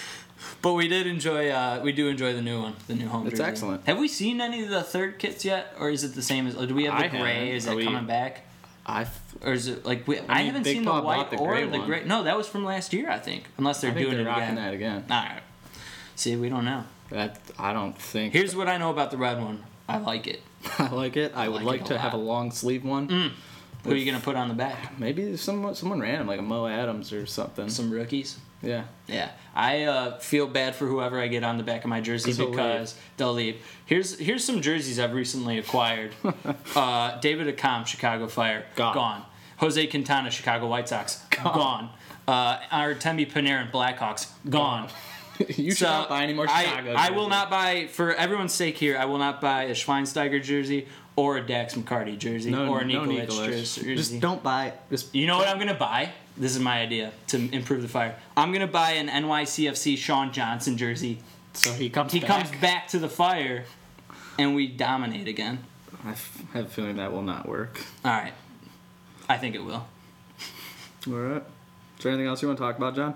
S2: But we did enjoy. Uh, we do enjoy the new one, the new home.
S1: It's
S2: jersey.
S1: excellent.
S2: Have we seen any of the third kits yet, or is it the same as? Do we have
S1: I
S2: the gray?
S1: haven't.
S2: Is
S1: Are
S2: it
S1: we-
S2: coming back?
S1: I th-
S2: Or is it like we, I,
S1: mean,
S2: haven't
S1: Big
S2: seen
S1: Pop
S2: the
S1: bought
S2: white
S1: the
S2: or
S1: gray
S2: the
S1: one.
S2: gray? No, that was from last year, I think. Unless they're
S1: I think
S2: doing
S1: they're
S2: it
S1: rocking
S2: again.
S1: that again.
S2: All right. See, we don't know.
S1: That I don't think.
S2: Here's what I know about the red one. I like it.
S1: *laughs* I like it. I would like,
S2: like it a
S1: to have a
S2: lot. Mm.
S1: long sleeve one.
S2: Who are you gonna put on the back?
S1: Maybe someone someone random like a Mo Adams or something.
S2: Some rookies.
S1: yeah. *laughs*
S2: Yeah, I uh, feel bad for whoever I get on the back of my jersey
S1: 'Cause they'll
S2: because they'll leave. Here's here's some jerseys I've
S1: *laughs*
S2: recently acquired. uh, David Acom, Chicago Fire,
S1: Gone.
S2: Jose Quintana, Chicago White Sox, gone. Uh, Artemi Panarin, Blackhawks, gone.
S1: you should
S2: So,
S1: not buy any more
S2: I,
S1: Chicago.
S2: I will
S1: jerseys.
S2: not buy for everyone's sake here. I will not buy a Schweinsteiger jersey or a Dax McCarty jersey
S1: No,
S2: or a
S1: no
S2: Nikolic
S1: Nicholas.
S2: jersey.
S1: Just don't buy. Just
S2: You know what I'm gonna buy? This is my idea to improve the fire. I'm gonna buy an NYCFC Sean Johnson jersey.
S1: so he comes.
S2: He
S1: back.
S2: comes back to the fire, and we dominate again.
S1: I f- have a feeling that will not work.
S2: All right, I think it will.
S1: All right. Is there anything else you want to talk about, John?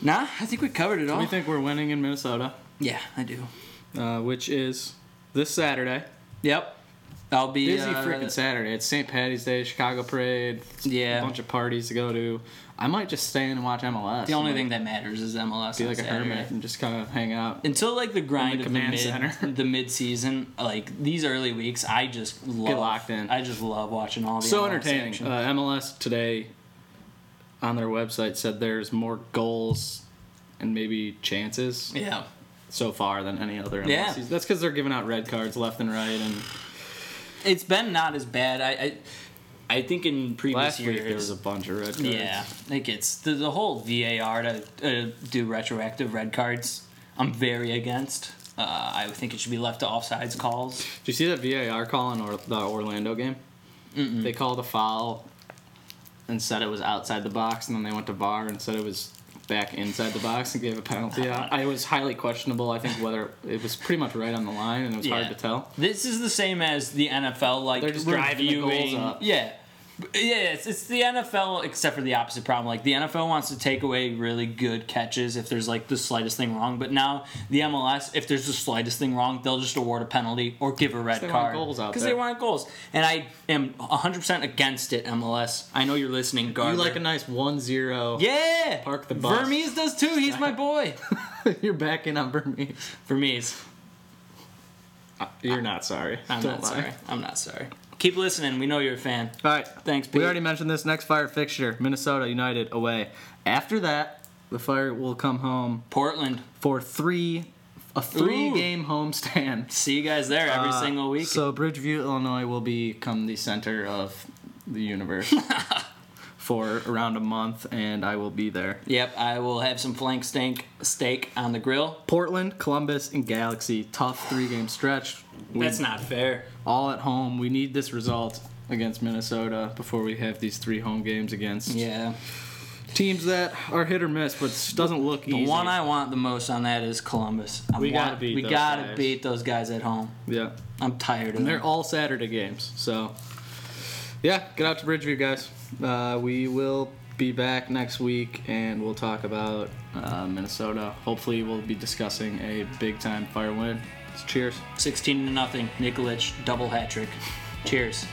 S2: Nah, I think we covered it all.
S1: We think we're winning in Minnesota,
S2: yeah, I do.
S1: uh, which is this Saturday.
S2: Yep, I'll be
S1: Busy
S2: uh,
S1: freaking Saturday. It's St. Patty's Day, Chicago Parade.
S2: Yeah.
S1: A bunch of parties to go to. I might just stay in and watch MLS.
S2: The only
S1: and,
S2: thing that matters is MLS.
S1: like, be
S2: on
S1: like a
S2: Saturday.
S1: hermit and just kind of hang out.
S2: Until like the grind
S1: the
S2: of the
S1: command
S2: mid,
S1: center.
S2: *laughs* the mid season, like these early weeks, I just love,
S1: locked in.
S2: I just love watching all the
S1: so
S2: MLS
S1: entertaining.
S2: action.
S1: Uh, MLS today on their website said there's more goals and maybe chances
S2: yeah.
S1: so far than any other MLS
S2: Yeah.
S1: season. That's because they're giving out red cards left and right. And
S2: it's been not as bad. I I, I think in previous
S1: last
S2: years
S1: week there was a bunch of red cards.
S2: yeah, like it's the, the whole VAR to uh, do retroactive red cards. I'm very against. Uh, I think it should be left to offsides calls.
S1: Did you see that VAR call in or- the Orlando game? They called a foul and said it was outside the box, and then they went to VAR and said it was back inside the box and gave a penalty out. I was highly questionable. I think whether it was pretty much right on the line, and it was
S2: Yeah.
S1: hard to tell.
S2: This is the same as the NFL, like
S1: They're just driving the
S2: reviewing.
S1: goals up.
S2: Yeah. Yeah, it's, it's the NFL, except for the opposite problem. Like, the NFL wants to take away really good catches if there's, like, the slightest thing wrong. But now, the MLS, if there's the slightest thing wrong, they'll just award a penalty or give a red
S1: they want
S2: card.
S1: goals out
S2: Because they
S1: there.
S2: want goals. And I am 100% against it, MLS. I know you're listening,
S1: You
S2: Garber.
S1: like a nice 1-0.
S2: yeah!
S1: Park the bus.
S2: Vermees does too. He's my boy.
S1: *laughs* You're back in on Burmese.
S2: Vermees.
S1: Uh, You're not sorry.
S2: I'm
S1: Don't
S2: not
S1: lie.
S2: sorry. I'm not sorry. Keep listening. We know you're a fan.
S1: All right.
S2: Thanks, Pete.
S1: We already mentioned this next fire fixture, Minnesota United away. After that, the fire will come home
S2: Portland.
S1: for three a three
S2: Ooh.
S1: game homestand.
S2: See you guys there *laughs* every
S1: Uh,
S2: single week.
S1: So Bridgeview, Illinois will become the center of the
S2: *laughs*
S1: universe for around a month, and I will be there.
S2: yep, I will have some flank steak steak on the grill.
S1: Portland, Columbus, and Galaxy. Tough three game stretch. We-
S2: That's not fair.
S1: all at home. We need this result against Minnesota before we have these three home games against
S2: Yeah.
S1: teams that are hit or miss, but s- doesn't look
S2: The
S1: easy.
S2: one I want the most on that is Columbus. I
S1: We
S2: want-
S1: gotta beat
S2: we
S1: those
S2: gotta
S1: guys.
S2: beat those guys at home.
S1: yeah,
S2: I'm tired of
S1: they're
S2: them.
S1: all Saturday games. So yeah, get out to Bridgeview, guys. Uh, we will be back next week, and we'll talk about uh, Minnesota. Hopefully, we'll be discussing a big time fire win. So cheers.
S2: 16 to nothing. Nikolic double hat trick. Cheers.